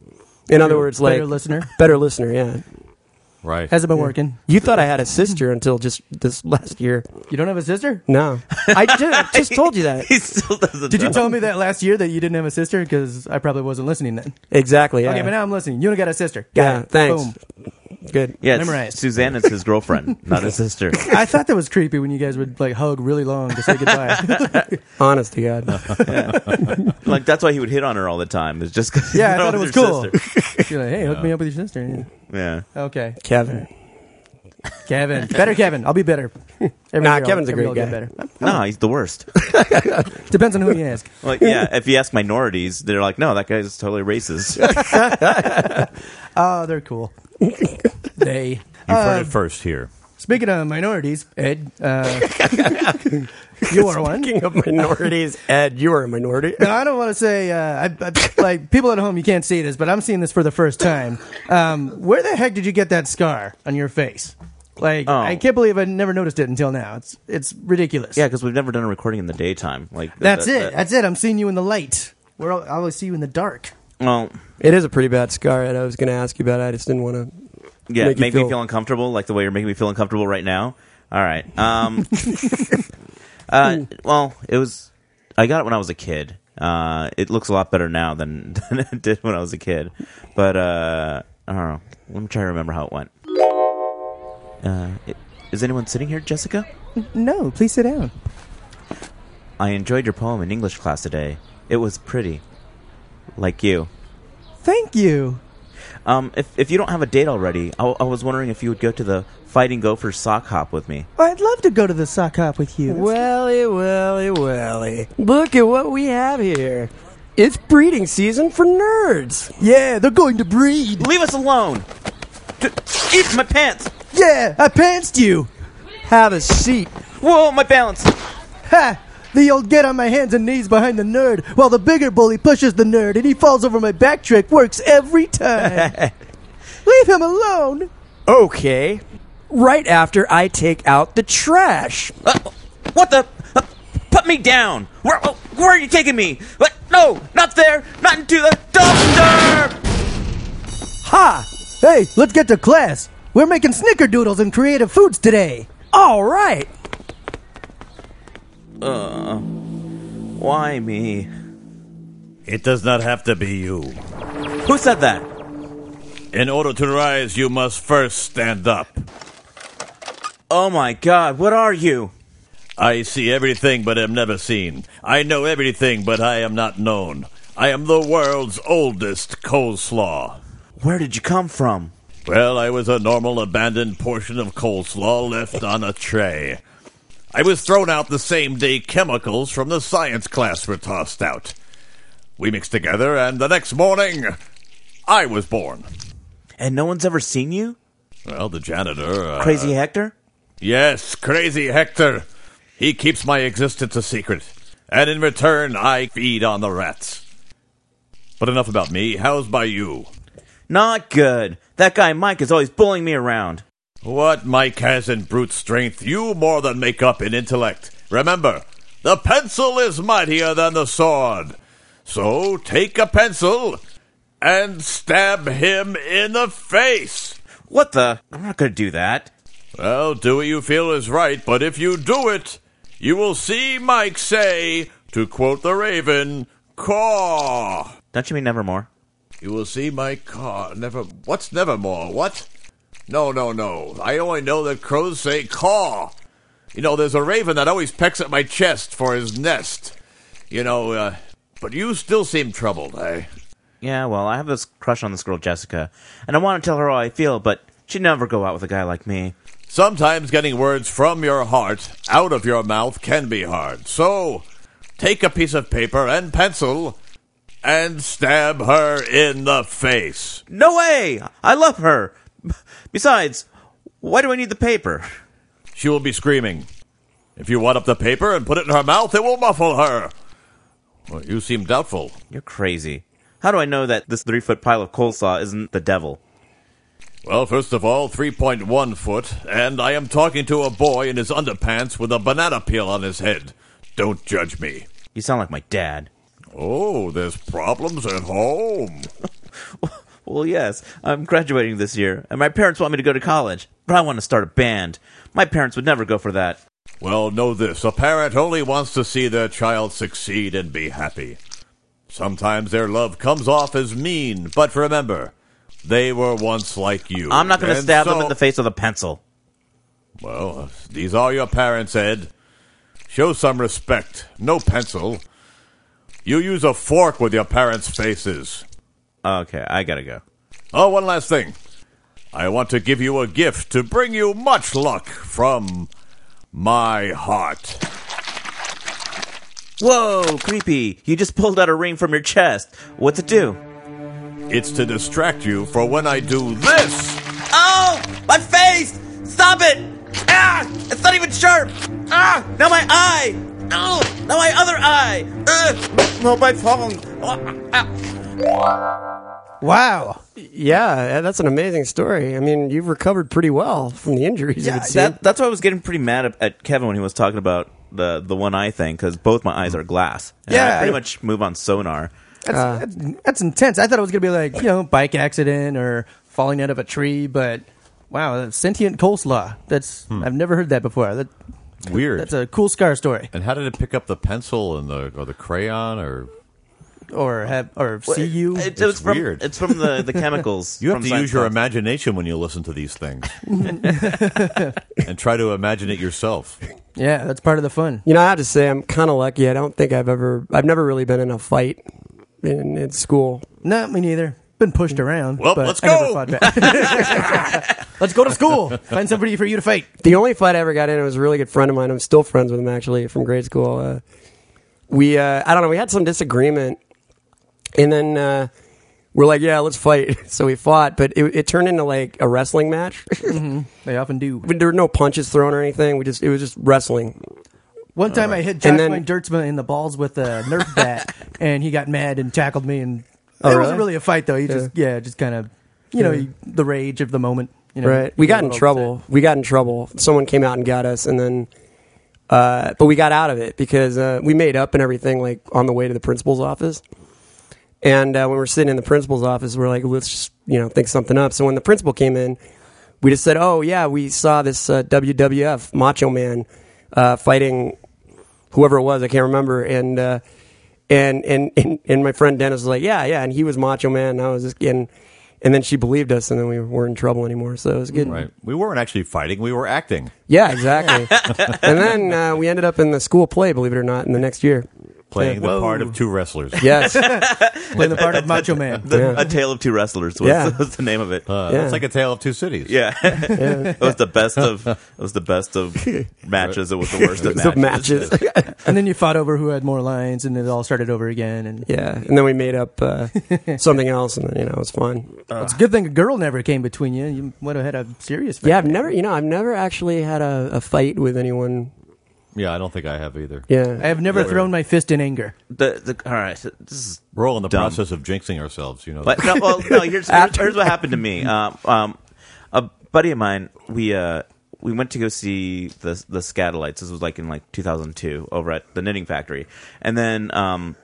D: In other words, like
C: better listener
D: better listener, yeah.
E: Right.
C: hasn't been working.
D: You thought I had a sister until just this last year.
C: You don't have a sister?
D: No, I just, just told you that
B: he still doesn't.
C: Did you
B: know.
C: tell me that last year that you didn't have a sister? Because I probably wasn't listening then.
D: exactly. Yeah,
C: Okay, but now I'm listening. You don't got a sister. Got
D: yeah.
C: it.
D: Thanks.
C: Boom.
D: Good.
B: Yeah, it's
C: Memorized.
B: Suzanne is his girlfriend, not his sister.
C: I thought that was creepy when you guys would like hug really long to say goodbye.
D: Honest to God.
B: Like that's why he would hit on her all the time. It's just 'cause
C: yeah, I
B: he
C: thought it was
B: knows
C: cool.
B: her sister.
C: You're like, hey, hook me up with your sister.
B: Yeah,
C: Yeah. Okay,
D: Kevin.
C: Kevin, better Kevin. I'll be better. Every
D: Nah,
C: year I'll-
D: Kevin's a
C: every
D: great
C: year I'll
D: guy.
C: get better.
B: no, he's the worst.
C: Depends on who you ask.
B: Like, yeah, if you ask minorities, they're like, no, that guy's totally racist.
C: Oh, they're cool. they.
E: You've
D: uh,
E: heard it first here.
C: Speaking of minorities, Ed, uh, you are one.
D: Speaking of minorities, Ed, you are a minority.
C: Now, I don't want to say, uh, I, I, like, people at home, you can't see this, but I'm seeing this for the first time. Um, where the heck did you get that scar on your face? Like,
B: Oh.
C: I can't believe I never noticed it until now. It's it's ridiculous.
B: yeah, because we've never done a recording in the daytime. Like
C: that's
B: that-
C: it.
B: that-
C: That's it. I'm seeing you in the light. Where I'll, I always see you in the dark.
B: well,
D: It is a pretty bad scar, Ed. I was going to ask you about it. I just didn't want to
B: yeah,
D: Make
B: make,
D: you
B: me
D: feel-
B: feel uncomfortable, like the way you're making me feel uncomfortable right now. All right. Um, uh, well, it was. I got it when I was a kid. Uh, it looks a lot better now than, than it did when I was a kid. But uh, I don't know. Let me try to remember how it went. Uh, i- is anyone sitting here, Jessica?
F: No, please sit down.
B: I enjoyed your poem in English class today. It was pretty. Like you.
F: Thank you.
B: Um, if, if you don't have a date already, I, I was wondering if you would go to the Fighting Gopher sock hop with me.
F: Oh, I'd love to go to the sock hop with you.
D: Welly, welly, welly. Look at what we have here. It's breeding season for nerds.
F: Yeah, they're going to breed.
B: Leave us alone! D- Eat my pants!
F: Yeah, I pantsed you.
D: Have a seat.
B: Whoa, my balance!
F: Ha! The old get on my hands and knees behind the nerd, while the bigger bully pushes the nerd and he falls over my back trick works every time. Leave him alone.
D: Okay. Right after I take out the trash.
B: Uh, what the? Uh, put me down! Where, oh, where are you taking me? What? No, not there! Not into the dumpster!
D: Ha!
F: Hey, let's get to class. We're making snickerdoodles and creative foods today.
D: All right.
B: Why me?
E: It does not have to be you.
B: Who said that?
E: In order to rise, you must first stand up.
B: Oh my god, what are you?
E: I see everything, but am never seen. I know everything, but I am not known. I am the world's oldest coleslaw.
B: Where did you come from?
E: Well, I was a normal abandoned portion of coleslaw left on a tray. I was thrown out the same day chemicals from the science class were tossed out. We mixed together, and the next morning, I was born.
B: And no one's ever seen you?
E: Well, the janitor. Uh,
B: Crazy Hector?
E: Yes, crazy Hector. He keeps my existence a secret, and in return, I feed on the rats. But enough about me. How's by you?
B: Not good. That guy Mike is always bullying me around.
E: What Mike has in brute strength, you more than make up in intellect. Remember, the pencil is mightier than the sword. So take a pencil and stab him in the face.
B: What the? I'm not gonna do that.
E: Well, do what you feel is right, but if you do it, you will see Mike say, to quote the Raven, caw.
B: Don't you mean nevermore?
E: You will see Mike caw. Never. What's nevermore? What? No, no, no. I only know that crows say caw. You know, there's a raven that always pecks at my chest for his nest. You know, uh, but you still seem troubled, eh?
B: Yeah, well, I have this crush on this girl Jessica, and I want to tell her how I feel, but she'd never go out with a guy like me.
E: Sometimes getting words from your heart out of your mouth can be hard. So, take a piece of paper and pencil and stab her in the face.
B: No way! I love her! Besides, why do I need the paper?
E: She will be screaming. If you wad up the paper and put it in her mouth, it will muffle her. Well, you seem doubtful.
B: You're crazy. How do I know that this three foot pile of coleslaw isn't the devil?
E: Well, first of all, 3.1 foot, and I am talking to a boy in his underpants with a banana peel on his head. Don't judge me.
B: You sound like my dad.
E: Oh, there's problems at home.
B: Well, yes, I'm graduating this year, and my parents want me to go to college, but I want to start a band. My parents would never go for that.
E: Well, know this a parent only wants to see their child succeed and be happy. Sometimes their love comes off as mean, but remember, they were once like you.
B: I'm not going to
E: And
B: stab them
E: so-
B: in the face with a pencil.
E: Well, these are your parents, Ed. Show some respect. No pencil. You use a fork with your parents' faces.
B: Okay, I gotta go.
E: Oh, one last thing. I want to give you a gift to bring you much luck from my heart.
B: Whoa, creepy! You just pulled out a ring from your chest. What's it do?
E: It's to distract you for when I do this.
B: Oh, my face! Stop it! Ah, it's not even sharp. Ah, now my eye. Oh, now my other eye. Ugh, no, my phone. Oh, ah.
C: Wow.
D: Yeah, that's an amazing story. I mean, you've recovered pretty well from the injuries. it
B: Yeah,
D: would seem.
B: that, that's why I was getting pretty mad at, at Kevin when he was talking about the the one eye thing because both my eyes are glass. And I
C: Yeah,
B: pretty
C: I-
B: much move on sonar.
C: That's,
F: Uh,
C: that's, that's intense. I thought it was going to be like, you know, bike accident or falling out of a tree, but wow, that's sentient coleslaw. That's
F: Hmm.
C: I've never heard that before. That,
E: Weird.
C: that's a cool scar story.
E: and how did it pick up the pencil and the or the crayon or
C: or have or see you.
B: It's,
E: It's
B: from,
E: weird.
B: It's from the, the chemicals.
E: You have
B: from
E: to use your
B: Seinfeld.
E: imagination when you listen to these things, and try to imagine it yourself.
C: Yeah, that's part of the fun.
D: You know, I have to say, I'm kind of lucky. I don't think I've ever, I've never really been in a fight in, in school.
C: Not me neither. Been pushed around.
E: Well,
C: but
E: let's
C: I never
E: go.
C: fought back. let's go to school. Find somebody for you to fight.
D: The only fight I ever got in was a really good friend of mine. I'm still friends with him actually from grade school. Uh, we, uh, I don't know, we had some disagreement, and then uh, we're like, "Yeah, let's fight." So we fought, but it, it turned into like a wrestling match.
C: They often do.
D: there were no punches thrown or anything. We just, it was just wrestling.
C: One time I hit
D: And then-
C: Jacqueline Dirtsma in the balls with a Nerf bat, and he got mad and tackled me. And
D: Oh,
C: it
D: really?
C: wasn't really a fight though. He just yeah, just kind of you know he- the rage of the moment. You know,
D: We got in
C: What I'll
D: trouble. We got in trouble. Someone came out and got us, and then, uh, but we got out of it because uh, we made up and everything, like on the way to the principal's office. And uh, when we were sitting in the principal's office, we are like, let's just you know think something up. So when the principal came in, we just said, oh yeah, we saw this uh, WWF Macho Man uh, fighting whoever it was, I can't remember, and. Uh, and, and and and my friend Dennis was like, yeah, yeah, and he was Macho Man, and I was just and and then she believed us, and then we weren't in trouble anymore. So it was good.
E: Right? We weren't actually fighting; we were acting.
D: Yeah, exactly. and then uh, we ended up in the school play, believe it or not, in the next year.
E: playing the part of two wrestlers.
D: Yes.
C: say. playing the part of Macho Man.
B: The,
D: Yeah.
B: A Tale of Two Wrestlers was,
D: Yeah.
B: was the name of it.
E: Uh,
D: Yeah.
E: It's like a tale of two cities.
B: yeah. it was the best of it was the best of matches. It was the worst of
D: the
B: matches.
D: matches.
C: And then you fought over who had more lines, and it all started over again. And
D: yeah. And then we made up uh, something else, and then, you know, it was fun.
C: it's a good thing a girl never came between you. You would have had a serious. Fight.
D: Yeah, I've never, you know, I've never actually had a, a fight with anyone.
E: Yeah, I don't think I have either.
D: Yeah.
C: I have never thrown my fist in anger.
B: The, the, all right, so this is
E: We're all in the
B: Dumb.
E: process of jinxing ourselves, you know.
B: But no, well, no. Here's, here's, here's what happened to me. Um, um, a buddy of mine, we uh, we went to go see the the Scatolites. This was like in like 2002 over at the Knitting Factory, and then um,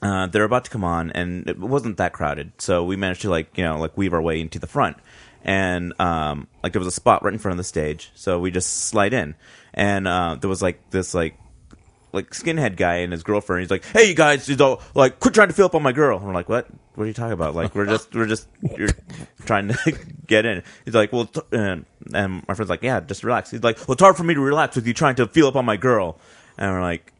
B: uh, they're about to come on, and it wasn't that crowded, so we managed to like you know like weave our way into the front, and um, like there was a spot right in front of the stage, so we just slide in, and uh, there was like this like like skinhead guy and his girlfriend. He's like, "Hey, you guys, you know, like, quit trying to fill up on my girl." And we're like, "What? What are you talking about? Like, we're just, we're just, you're trying to get in." He's like, "Well," t-, and, and my friend's like, "Yeah, just relax." He's like, "Well, it's hard for me to relax with you trying to feel up on my girl," and we're like,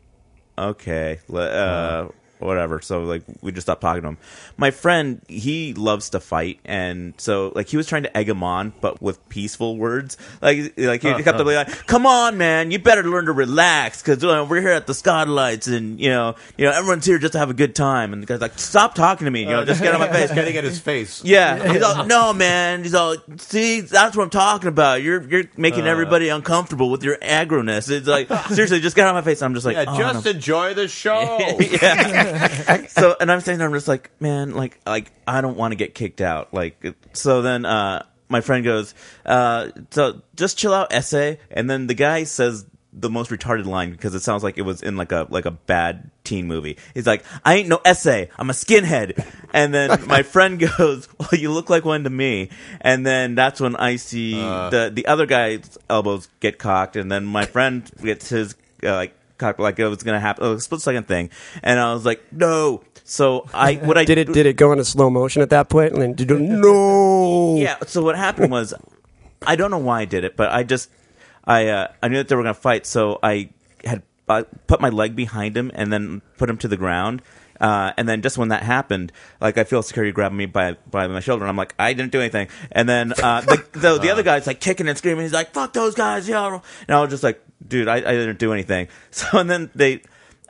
B: okay, le- uh, whatever. So like we just stopped talking to him. My friend, he loves to fight, and so like he was trying to egg him on, but with peaceful words. Like like he kept like, "Come on, man, you better learn to relax, because uh, we're here at the Scottlights, and you know, you know, everyone's here just to have a good time." And the guy's like, "Stop talking to me, you know, just get out of my face."
E: getting at his face.
B: Uh. Yeah, he's all, no, man. He's all, see, that's what I'm talking about. You're you're making everybody uncomfortable with your agroness. It's like, seriously, just get out of my face. I'm just like,
E: Yeah,
B: "Oh, no."
E: just enjoy the show.
B: yeah. so and I'm sitting there, I'm just like, man, like like I don't want to get kicked out. Like it- so then uh my friend goes, uh so just chill out, essay. And then the guy says the most retarded line because it sounds like it was in like a like a bad teen movie. He's like, I ain't no essay, I'm a skinhead. And then my friend goes, Well, you look like one to me. And then that's when I see the the other guy's elbows get cocked, and then my friend gets his uh, like cock like it was gonna happen, a split second thing, and I was like, no. So I what I
D: Did it, did it go into slow motion at that point? And then, did, no.
B: Yeah. So what happened was, I don't know why I did it, but I just I uh, I knew that they were gonna fight, so I had I put my leg behind him and then put him to the ground. Uh, and then just when that happened, like I feel security grabbing me by by my shoulder, and I'm like, I didn't do anything. And then uh, the, the, the other guy's like kicking and screaming. He's like, "Fuck those guys!" Yeah. And I was just like, "Dude, I, I didn't do anything." So and then they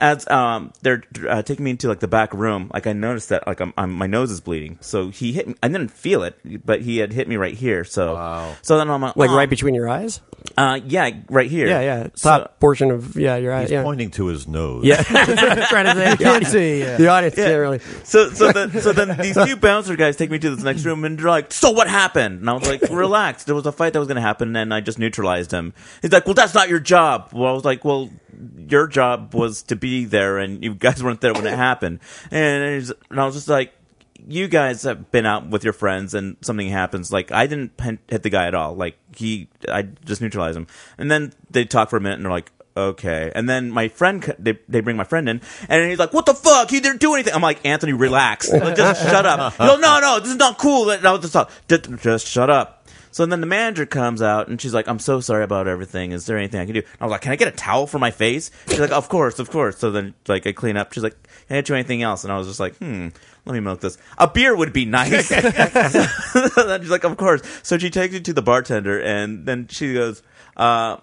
B: as um they're uh, taking me into like the back room like i noticed that like I'm, I'm my nose is bleeding so he hit me i didn't feel it but he had hit me right here so so then i'm
D: Like
B: oh,
D: right between your eyes?
B: uh yeah right here
D: Yeah, yeah. Top
B: so,
D: portion of, yeah, your eyes.
E: He's
D: yeah.
E: pointing to his nose.
D: Yeah. Trying to say-
C: Can't see. Uh,
D: The audience can't really.
B: so so then so then these two bouncer guys take me to this next room and they're like so what happened and i was like relax there was a fight that was going to happen and i just neutralized him he's like well that's not your job well i was like well your job was to be there and you guys weren't there when it happened and, he's- and i was just like you guys have been out with your friends and something happens. Like I didn't pen- hit the guy at all. Like he, I just neutralized him. And then they talk for a minute and they're like, okay. And then my friend, co- they, they bring my friend in, and he's like, what the fuck? He didn't do anything. I'm like, Anthony, relax. Like, just shut up. No, no, no, this is not cool. And I was just, like, just, just shut up. So then the manager comes out and she's like, I'm so sorry about everything. Is there anything I can do? I was like, Can I get a towel for my face? She's like, Of course, of course. So then like I clean up. She's like, Can I get you anything else? And I was just like, Hmm, let me milk this. A beer would be nice. so then she's like, Of course. So she takes it to the bartender and then she goes, uh,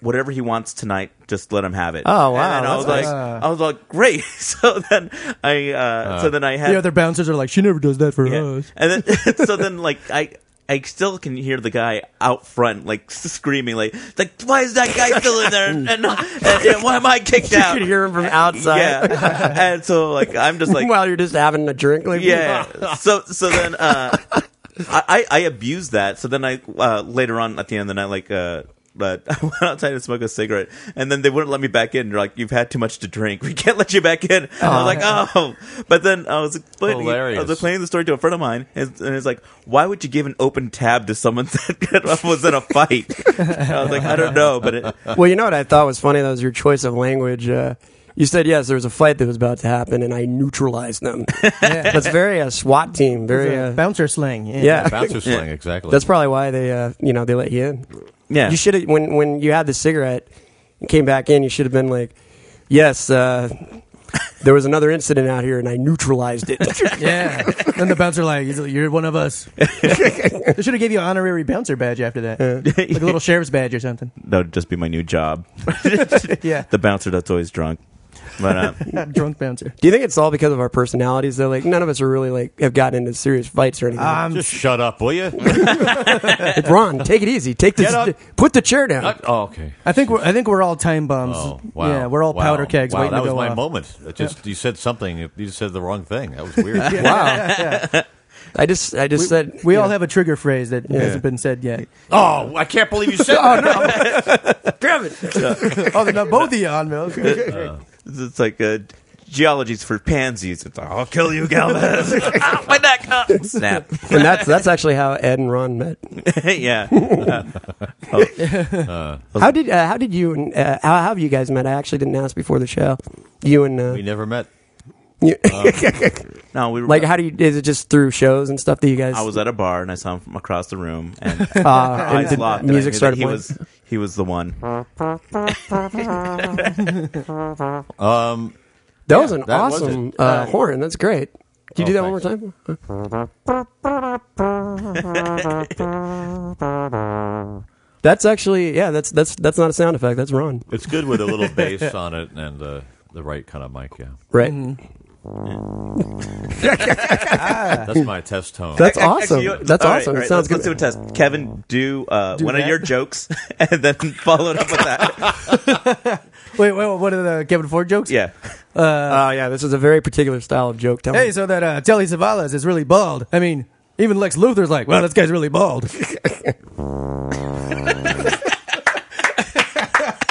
B: Whatever he wants tonight, just let him have it.
D: Oh, wow,
B: And then I
D: that's
B: was like, I was like, great. So then I, uh, so then I had
C: The other bouncers are like, she never does that for
B: yeah.
C: us.
B: And then so then like I I still can hear the guy out front like screaming like like why is that guy still in there and, and, and why am I kicked
D: You
B: out?
D: could hear him from outside.
B: Yeah. and so like I'm just like
D: While you're just having a drink, like
B: yeah. So so then uh, I I I abused that. So then I uh, later on at the end of the night like. Uh, but I went outside to smoke a cigarette, and then they wouldn't let me back in. They're like, "You've had too much to drink. We can't let you back in." I was like, "Oh!" But then I was explaining, I
E: Hilarious.
B: was explaining the story to a friend of mine, and, and it's like, "Why would you give an open tab to someone that was in a fight?" I was like, "I don't know," but it,
D: Well, you know what I thought was funny? That was your choice of language. Uh, you said, yes, there was a fight that was about to happen, and I neutralized them. That's very uh, SWAT team. Very,
C: Uh,
D: uh,
C: bouncer slang. Yeah.
D: yeah.
E: Bouncer slang, exactly.
D: That's probably why they, uh, you know, they let you in.
B: yeah,
D: You should have, when, when you had the cigarette and came back in, you should have been like, yes, uh, there was another incident out here, and I neutralized it.
C: Yeah. then the bouncer like, he's like, you're one of us. they should have gave you an honorary bouncer badge after that, like a little sheriff's badge or something.
B: that would just be my new job.
C: Yeah.
B: the bouncer that's always drunk. But uh,
C: Drunk bouncer.
D: Do you think it's all because of our personalities, though? Like, none of us are really, like, have gotten into serious fights or anything.
C: Um,
E: Just shut up, will you?
D: Like, Ron, take it easy. Take this,
E: Get up.
D: put the chair down.
E: oh, okay.
C: I think we're I think we're all time bombs.
E: Oh, wow.
C: Yeah, we're all
E: Wow.
C: powder kegs
E: Wow,
C: waiting
E: that
C: to
E: was
C: go
E: my
C: off.
E: moment. It just you said something. You just said the wrong thing. That was weird.
D: Wow. I just I just said
C: We
D: you
C: all
D: know,
C: have a trigger phrase that hasn't been said yet.
E: Oh, I can't believe you said that.
D: grab it.
C: oh, they're not both of you on milk.
B: it's like uh, geology's for pansies. It's like, I'll kill you, Galvez. Ow, my neck. Ah, snap.
D: And that's that's actually how Ed and Ron met.
B: yeah. Uh,
D: How did uh, how did you and uh, how how have you guys met? I actually didn't ask before the show. You and uh,
E: We never met.
D: you,
B: no, we were
D: like how do you? Is it just through shows and stuff that you guys?
B: I was at a bar and I saw him from across the room, and
D: uh,
B: I
D: and the
B: locked. and I knew
D: music
B: that
D: started
B: He
D: playing.
B: was he was the one.
E: Um,
D: that was an
E: that Oh, was
D: awesome
E: it.
D: uh, horn. That's great. Can you do that one more time? Huh? that's actually yeah. That's that's that's not a sound effect. That's Ron.
E: it's good with a little bass on it and uh, the right kind of mic. Yeah,
D: Right.
C: Mm-hmm.
E: that's my test tone.
D: That's
B: Actually,
D: awesome.
B: you know what?
D: That's
B: All right,
D: awesome.
B: all
D: it
B: right,
D: sounds
B: let's,
D: good.
B: Let's do a test. Kevin, do, uh, one
C: that?
B: of your jokes and then follow it up with that.
C: Wait, wait, what are the Kevin Ford jokes?
B: Yeah.
D: Oh yeah, this is a very particular style of joke. Tell
C: Hey,
D: me.
C: so that uh, Telly Savalas is really bald. I mean, even Lex Luthor's like, wow, this guy's really bald.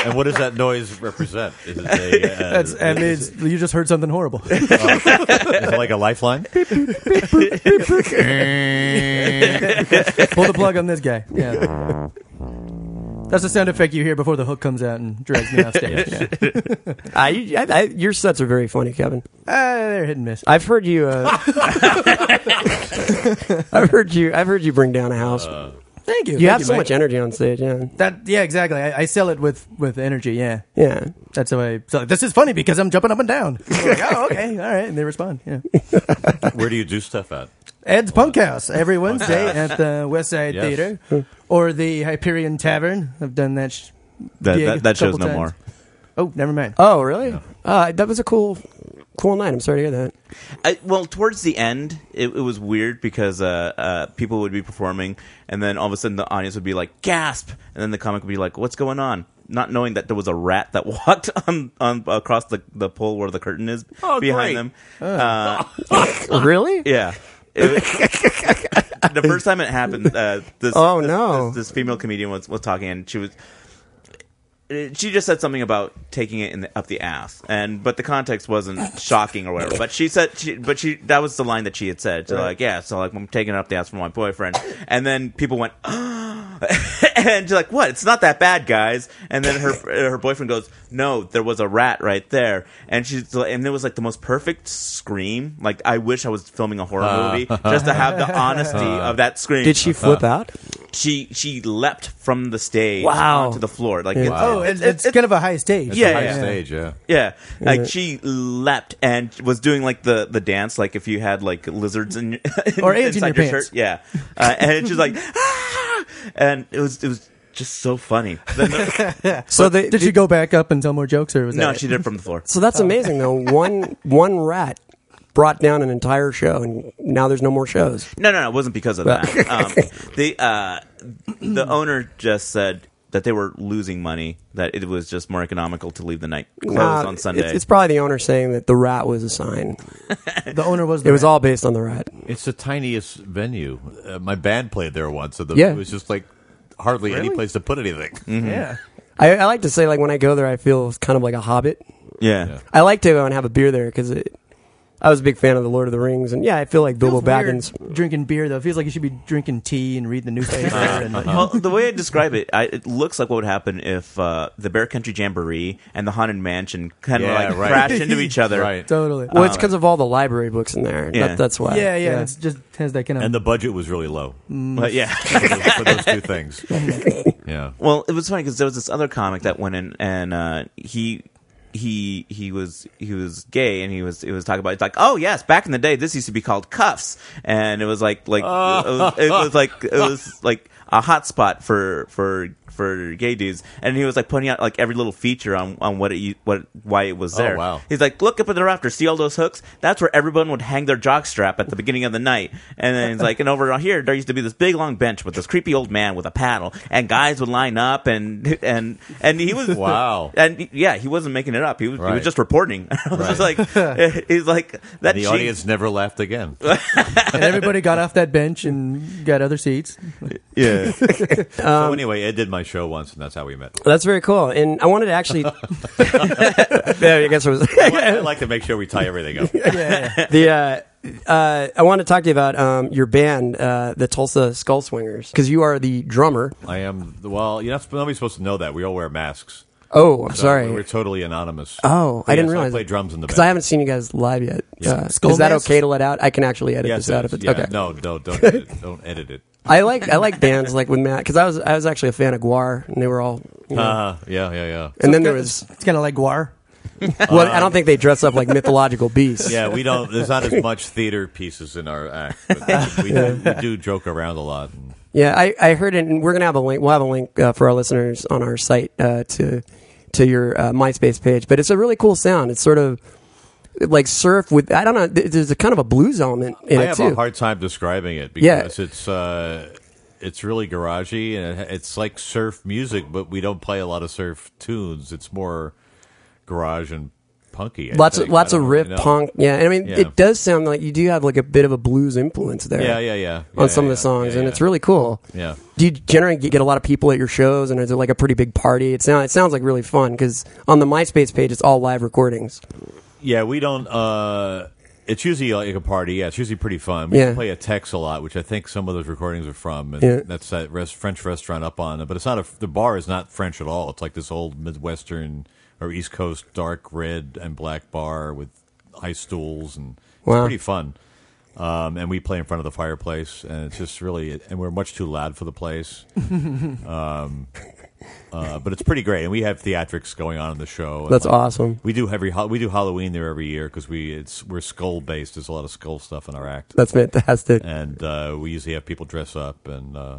E: and what does that noise represent? Is it a, uh,
C: That's and
E: is,
C: it's, you just heard something horrible.
E: is it like a lifeline?
C: Pull the plug on this guy. Yeah. That's the sound effect you hear before the hook comes out and drags me off stage. Yeah.
D: I, I, I, your sets are very funny, Kevin.
C: Ah, they're hit and miss.
D: I've heard you. Uh, I've heard you. I've heard you bring down a house.
C: Thank you.
D: you
C: Thank
D: have so
C: Mike.
D: much energy on stage. Yeah,
C: That yeah, exactly. I, I sell it with with energy. Yeah,
D: yeah.
C: that's how I sell it. This is funny because I'm jumping up and down. They're like, oh, okay, all right, and they respond. Yeah,
E: Where do you do stuff at?
C: Ed's Punk House every Wednesday at the West Side
E: Yes.
C: Theater or the Hyperion Tavern. I've done that. Sh-
B: That,
C: Yeah,
B: that, that
C: couple
B: shows no
C: times.
B: more.
C: oh, never mind.
D: Oh, really? Uh, that was a cool, cool night. I'm sorry to hear that.
B: I, well, towards the end, it, it was weird because uh, uh, people would be performing, and then all of a sudden the audience would be like, "Gasp!" and then the comic would be like, "What's going on?" Not knowing that there was a rat that walked on, on across the, the pole where the curtain is
E: Oh,
B: behind
E: great.
B: them. Uh,
D: really?
B: Yeah. It was- the first time it happened, uh, this
D: Oh,
B: this-
D: no.
B: this, this female comedian was was talking and she was she just said something about taking it in the, up the ass, and but the context wasn't shocking or whatever. But she said, she, but she that was the line that she had said. So like, yeah, so like I'm taking it up the ass for my boyfriend, and then people went, and she's like, "What? It's not that bad, guys." And then her her boyfriend goes, "No, there was a rat right there." And she's like- and it was like the most perfect scream. Like I wish I was filming a horror
C: Uh.
B: movie just to have the honesty of that scream.
D: Did she flip out?
B: She she leapt from the stage
D: Wow.
B: onto the floor. Like it's,
C: Oh, it's, it's, kind of a high stage.
B: Yeah,
E: high
B: yeah.
E: stage, yeah.
B: Yeah, like she leapt and was doing like the the dance, like if you had like lizards in your,
C: Or ants in
B: inside
C: your pants.
B: shirt. Yeah, uh, and she's like, "Ah!" and it was it was just so funny. Then the-
D: So they
C: Did she go back up and tell more jokes, or was
B: no,
C: that it?
B: she did it from the floor.
D: So that's amazing though. One one rat brought down an entire show, and now there's no more shows.
B: No, no, no, it wasn't because of that. Um, the uh, the owner just said that they were losing money, that it was just more economical to leave the night closed
D: Nah,
B: on Sunday.
D: It's, it's probably the owner saying that the rat was a sign.
C: the owner was? The
D: It was all based on the rat.
E: It's the tiniest venue. Uh, my band played there once, so the,
D: Yeah.
E: it was just like hardly any place to put anything.
C: yeah.
D: I, I like to say like when I go there, I feel kind of like a hobbit.
B: yeah.
D: I like to go and have a beer there because I was a big fan of the Lord of the Rings, and yeah, I feel like Bilbo
C: Feels weird
D: Baggins.
C: drinking beer though. Feels like you should be drinking tea and reading the newspaper. and,
B: well, the way I describe it, I, it looks like what would happen if uh, the Bear Country Jamboree and the Haunted Mansion kind of
E: Yeah,
B: like
E: right.
B: crash into each other.
E: Right.
C: totally. Uh,
D: Well, it's because of all the library books in there.
B: Oh, Yeah.
D: That, that's why.
C: yeah, yeah. It's just has that kind of.
E: And the budget was really low
B: But yeah.
E: for, those, for those two things. Yeah.
B: Well, it was funny because there was this other comic that went in, and uh, he he he was he was gay, and he was he was talking about it's like, oh yes, back in the day, this used to be called cuffs, and it was like like it, was, it was like it was like a hot spot for for for gay dudes, and he was like pointing out like every little feature on on what it u- what why it was there.
E: wow.
B: He's like, look up at the rafter, see all those hooks? That's where everyone would hang their jock strap at the beginning of the night. And then he's like, and over here, there used to be this big long bench with this creepy old man with a paddle, and guys would line up, and and and he was
E: Wow.
B: and yeah, he wasn't making it up. He was he
E: Right.
B: was just reporting. I was just
E: Right.
B: like, he's like that.
E: The
B: changed-
E: audience never laughed again.
C: and everybody got off that bench and got other seats.
E: Yeah. so anyway, Ed did my show once, and that's how we met.
D: That's very cool, and I wanted to actually. yeah, I guess I was.
E: I like- I like to make sure we tie everything up.
D: the uh, uh, I want to talk to you about um, your band, uh, the Tulsa Skull Swingers, because you are the drummer.
E: I am. Well, you're not nobody's supposed to know that. We all wear masks.
D: Oh, I'm
E: So
D: sorry.
E: we we're totally anonymous.
D: oh, I
E: Yeah,
D: didn't
E: so
D: realize.
E: I play drums in the
D: because I
E: band.
D: haven't seen you guys live yet. Uh,
C: Skull
D: is that
C: masks?
D: okay to let out? I can actually edit this out
E: it
D: if
E: is.
D: it's
E: yeah,
D: okay.
E: No, no, don't edit it. don't edit it.
D: I like I like bands like with Matt because I was I was actually a fan of Guar and they were all. You know,
E: Uh, yeah, yeah, yeah.
D: and then there was
C: It's kind of like Guar.
D: well, I don't think they dress up like mythological beasts.
E: Yeah, we don't. There's not as much theater pieces in our act, but we, do, we do joke around a lot. And
D: Yeah, I, I heard it, and we're gonna have a link. We'll have a link uh, for our listeners on our site uh, to to your uh, MySpace page. But it's a really cool sound. It's sort of like surf with I don't know. th- There's a kind of a blues element in
E: I
D: it
E: have
D: too.
E: a hard time describing it
D: Yeah.
E: because it's uh, it's really garagey and it- it's like surf music, but we don't play a lot of surf tunes. It's more garage and punky. I
D: lots of
E: think.
D: lots
E: I don't
D: of riff
E: really know.
D: punk. Yeah, and I mean
E: Yeah.
D: it does sound like you do have like a bit of a blues influence there.
E: Yeah, yeah, yeah.
D: On
E: Yeah,
D: some of
E: yeah,
D: the songs,
E: yeah,
D: and
E: yeah.
D: it's really cool.
E: Yeah.
D: Do you generally get a lot of people at your shows, and is it like a pretty big party? It sounds it sounds like really fun because on the MySpace page, it's all live recordings.
E: Yeah, we don't. Uh, it's usually like a party. Yeah, it's usually pretty fun. We
D: Yeah.
E: play a Tex a lot, which I think some of those recordings are from. And
D: Yeah.
E: That's that res- French restaurant up on. But it's not a. The bar is not French at all. It's like this old Midwestern or East Coast dark red and black bar with high stools and
D: Wow.
E: it's pretty fun. Um, and we play in front of the fireplace, and it's just really. And we're much too loud for the place. Uh, but it's pretty great, and we have theatrics going on in the show. and,
D: That's
E: like,
D: awesome.
E: We do every Hal- we do Halloween there every year because we it's we're skull based. There's a lot of skull stuff in our act,
D: That's fantastic.
E: and uh, we usually have people dress up. And uh,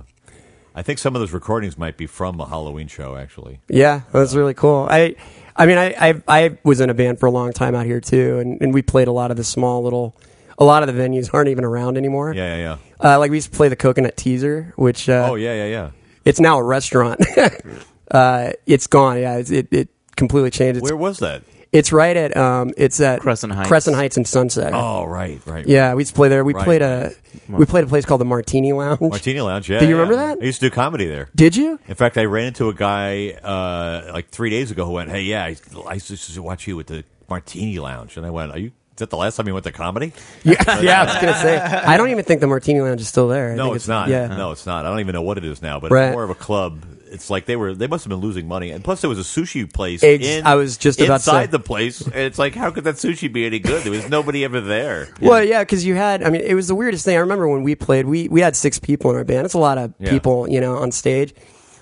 E: I think some of those recordings might be from a Halloween show, actually.
D: Yeah, that's really cool. I, I mean, I, I, I was in a band for a long time out here too, and, and we played a lot of the small little, a lot of the venues aren't even around anymore.
E: Yeah, yeah, yeah.
D: Uh, like we used to play the Coconut Teaser, which uh,
E: Oh, yeah, yeah, yeah.
D: it's now a restaurant. uh, it's gone. Yeah, it's, it it completely changed. It's,
E: Where was that?
D: it's right at um, it's at
B: Crescent Heights.
D: Crescent Heights and Sunset.
E: Oh, right, right.
D: Yeah, we used to play there. We
E: Right.
D: played a we played a place called the Martini Lounge.
E: Martini Lounge. Yeah.
D: Do you
E: yeah.
D: remember that?
E: I used to do comedy there.
D: Did you?
E: In fact, I ran into a guy uh, like three days ago who went, "Hey, yeah, I, I used to watch you at the Martini Lounge," and I went, "Are you?" that the last time you went to comedy?
D: Yeah, yeah. I was gonna say. I don't even think the Martini Lounge is still there. I
E: No,
D: think
E: it's, not.
D: Yeah.
E: No, it's not. I don't even know what it is now, but
D: Right.
E: it's more of a club. It's like they were they must have been losing money. And plus there was a sushi place
D: Ex-
E: in,
D: I was just about to
E: inside
D: say.
E: the place. And it's like how could that sushi be any good? There was nobody ever there.
D: Well, yeah, because you had. I mean, it was the weirdest thing. I remember when we played. We we had six people in our band. It's a lot of
E: Yeah.
D: people, you know, on stage.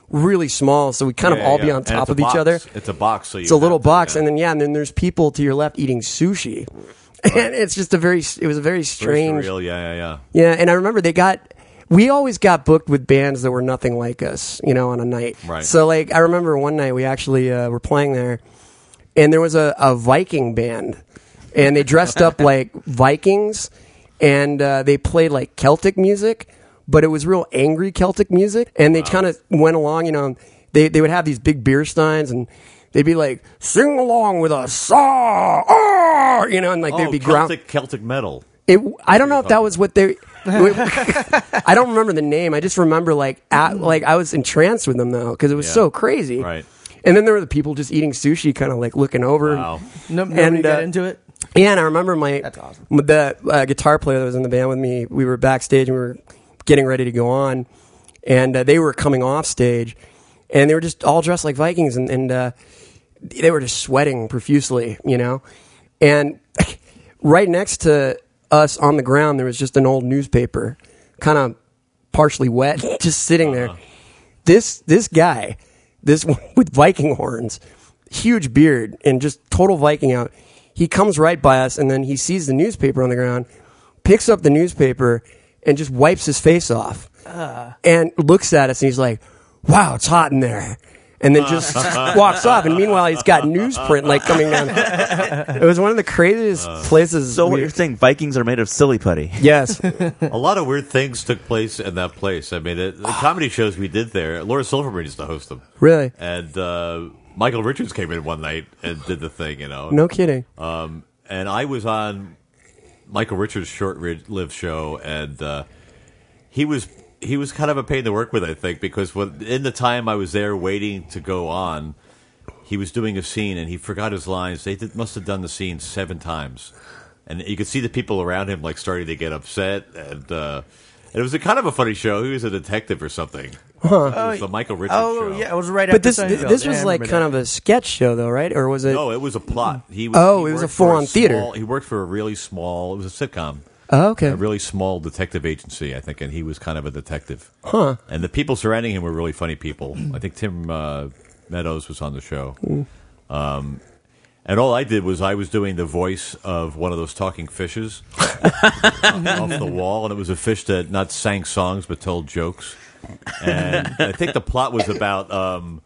D: Really small, so we kind
E: Yeah,
D: of all
E: yeah,
D: be
E: yeah.
D: on
E: And
D: top
E: it's a
D: of each
E: box.
D: other.
E: It's a box. So you
D: It's a little
E: have to-
D: box,
E: yeah.
D: and then yeah, and then there's people to your left eating sushi, and it's just a very. It was a very
E: Very
D: strange.
E: surreal. Yeah, yeah, yeah.
D: Yeah, and I remember they got. We always got booked with bands that were nothing like us, you know, on a night.
E: Right.
D: So like, I remember one night we actually uh, were playing there, and there was a, a Viking band, and they dressed up like Vikings, and uh, they played like Celtic music, but it was real angry Celtic music, and they kind of went along, you know. and They they would have these big beer steins and. They'd be like, sing along with us, ah, ah, you know, and like they'd
E: oh,
D: be ground.
E: Celtic Celtic metal.
D: It, I don't know if that was what they. I don't remember the name. I just remember like at, like I was entranced with them though because it was
E: Yeah.
D: so crazy.
E: Right.
D: And then there were the people just eating sushi, kind of like looking over.
E: Wow.
C: No, nobody
D: And,
C: got
D: uh,
C: into it.
D: Yeah, and I remember my m- the uh, guitar player that was in the band with me. We were backstage and we were getting ready to go on, and uh, they were coming off stage, and they were just all dressed like Vikings, and, and uh, they were just sweating profusely, you know. And right next to us on the ground, there was just an old newspaper, kind of partially wet, just sitting there. This this guy, this one with Viking horns, huge beard, and just total Viking out. He comes right by us, and then he sees the newspaper on the ground, picks up the newspaper, and just wipes his face off, and looks at us, and he's like, "Wow, it's hot in there." And then just walks off, and meanwhile he's got newsprint like coming down. It was one of the craziest places.
B: So what
D: we-
B: you're saying? Vikings are made of silly putty.
D: Yes,
E: A lot of weird things took place in that place. I mean, it, the comedy shows we did there, Laura Silverman used to host them.
D: Ah. Really?
E: And uh, Michael Richards came in one night and did the thing, you know.
D: no kidding.
E: Um, and I was on Michael Richards' short-lived show, and uh, he was he was kind of a pain to work with, I think, because when, in the time I was there waiting to go on, he was doing a scene and he forgot his lines. They did, must have done the scene seven times, and you could see the people around him like starting to get upset. And uh, it was a kind of a funny show. He was a detective or something. It was the Michael Richards
C: Oh
E: show.
C: yeah, it was right
D: But
C: after
D: this
C: Seinfeld.
D: this
C: Yeah,
D: was
C: I
D: like
C: remember
D: kind
C: that.
D: of a sketch show though, right? Or was it?
E: No, Oh, it was a plot. He was,
D: Oh,
E: he
D: it was a
E: worked for
D: full-on theater.
E: small- He worked for a really small. It was a sitcom.
D: Oh, okay.
E: A really small detective agency, I think, and he was kind of a detective. Huh. And the people surrounding him were really funny people. I think Tim uh, Meadows was on the show.
D: Mm.
E: Um, and all I did was I was doing the voice of one of those talking fishes off the wall, and it was a fish that not sang songs but told jokes. And I think the plot was about. Um,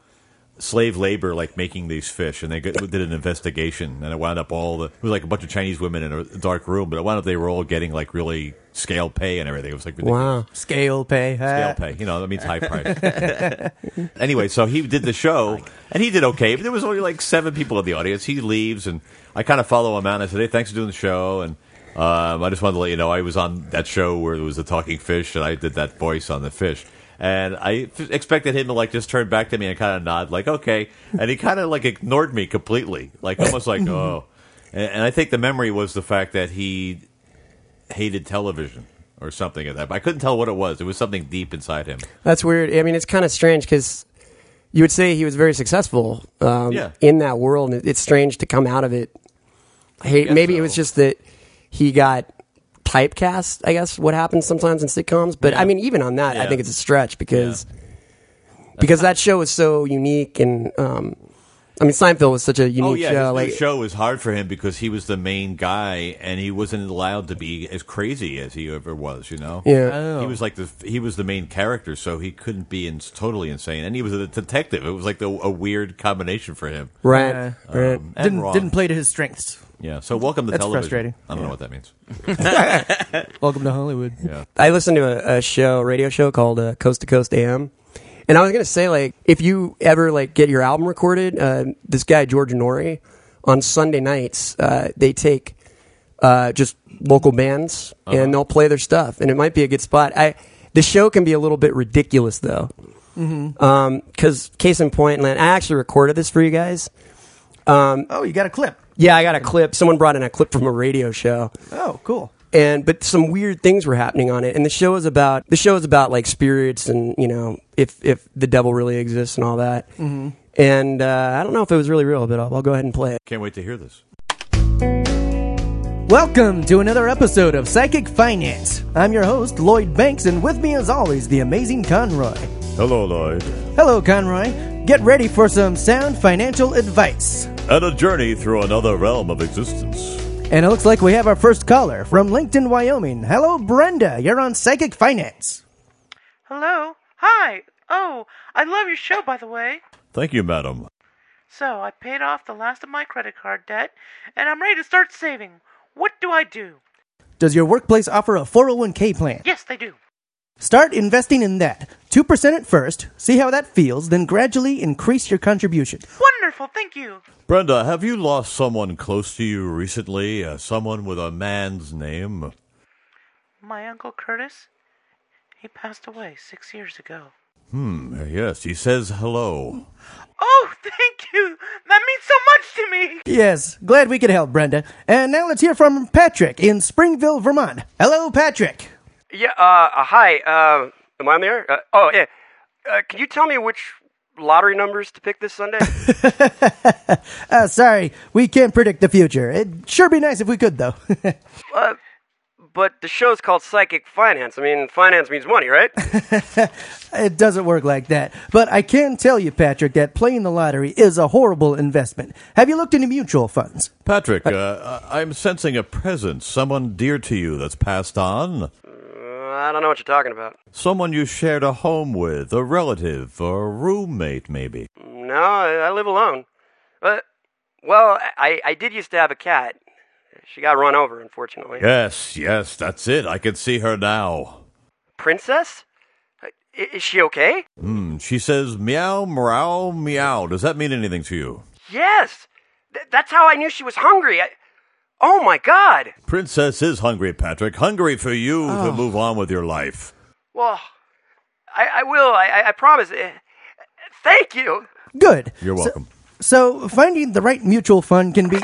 E: slave labor like making these fish and they got, did an investigation and it wound up all the it was like a bunch of chinese women in a dark room but it wound up they were all getting like really scale pay and everything it was like ridiculous
D: wow.
C: scale pay. Uh,
E: scale
C: huh?
E: pay you know that means high price anyway so he did the show and he did okay but there was only like seven people in the audience he leaves and i kind of follow him out and i said hey thanks for doing the show and um, i just wanted to let you know i was on that show where there was a talking fish and i did that voice on the fish and I f- expected him to like just turn back to me and kind of nod, like okay. And he kind of like ignored me completely, like almost like oh. And, and I think the memory was the fact that he hated television or something of that. But I couldn't tell what it was. It was something deep inside him.
D: That's weird. I mean, it's kind of strange because you would say he was very successful um,
E: Yeah.
D: in that world, and it- it's strange to come out of it. Hey,
E: guess
D: maybe it
E: so.
D: was just that he got typecast. I guess what happens sometimes in sitcoms, but I mean, even on that, I
E: Yeah.
D: think it's a stretch because because that show is so unique and. Um, I mean, Seinfeld was such a unique
E: Oh yeah, his
D: show.
E: new
D: Like,
E: show was hard for him because he was the main guy and he wasn't allowed to be as crazy as he ever was. You know.
D: yeah,
E: He was like the he was the main character, so he couldn't be in, totally insane, and he was a detective. It was like the, a weird combination for him.
D: right, right.
E: Um, and
C: Didn't
E: wrong.
C: didn't play to his strengths.
E: Yeah. So welcome to
C: That's
E: television.
C: frustrating.
E: I don't know what that means.
C: Welcome to Hollywood.
D: I listened to a, a show, a radio show called uh, Coast to Coast AM, and I was gonna say like, if you ever like get your album recorded, uh, this guy George Nori on Sunday nights, uh, they take uh, just local bands and they'll play their stuff, and it might be a good spot. I the show can be a little bit ridiculous though, Um, because case in point, and I actually recorded this for you guys.
C: Oh, you got a clip.
D: Yeah, I got a clip. Someone brought in a clip from a radio show.
C: Oh, cool.
D: and but some weird things were happening on it and the show is about the show is about like spirits and you know if if the devil really exists and all that mm-hmm. and uh, i don't know if it was really real but I'll, I'll go ahead and play it
E: Can't wait to hear this.
C: Welcome to another episode of Psychic Finance. I'm your host, Lloyd Banks, and with me, as always, the amazing Conroy.
E: Hello, Lloyd.
C: Hello, Conroy. Get ready for some sound financial advice.
E: And a journey through another realm of existence.
C: And it looks like we have our first caller from Lincoln, Wyoming. Hello, Brenda. You're on Psychic Finance.
G: Hello? Hi! Oh, I love your show, by the way.
E: Thank you, madam.
G: So, I paid off the last of my credit card debt, and I'm ready to start saving. What do I do?
C: Does your workplace offer a 401k plan?
G: Yes, they do.
C: Start investing in that. 2% at first, see how that feels, then gradually increase your contribution.
G: Wonderful, thank you.
E: Brenda, have you lost someone close to you recently? Uh, someone with a man's name?
G: My uncle Curtis, he passed away six years ago.
E: Hmm, yes, he says hello.
G: Oh, thank you! That means so much to me!
C: Yes, glad we could help, Brenda. And now let's hear from Patrick in Springville, Vermont. Hello, Patrick.
D: yeah uh, hi uh, am i on there uh, oh yeah uh, can you tell me which lottery numbers to pick this sunday
C: Uh, sorry, we can't predict the future. It'd sure be nice if we could, though.
D: but the show's called psychic finance i mean finance means money right Uh,
C: it doesn't work like that. But I can tell you, Patrick, that playing the lottery is a horrible investment. Have you looked into mutual funds?
E: Patrick, uh, I- I'm sensing a presence, someone dear to you that's passed on,
D: i don't know what you're talking about
E: someone you shared a home with, a relative, or a roommate, maybe.
D: No, I, I live alone. But well, I I did used to have a cat. She got run over, unfortunately.
E: Yes, yes, that's it. I can see her now.
D: Princess? I- Is she okay?
E: Hmm, she says meow, meow, meow. Does that mean anything to you?
D: Yes. Th- that's how I knew she was hungry. I, oh my God.
E: Princess is hungry, Patrick. Hungry for you to move on with your life.
D: Well, I, I will. I, I- I promise. Eh, Thank you.
C: Good.
E: You're
C: So-
E: welcome.
C: So, finding the right mutual fund can be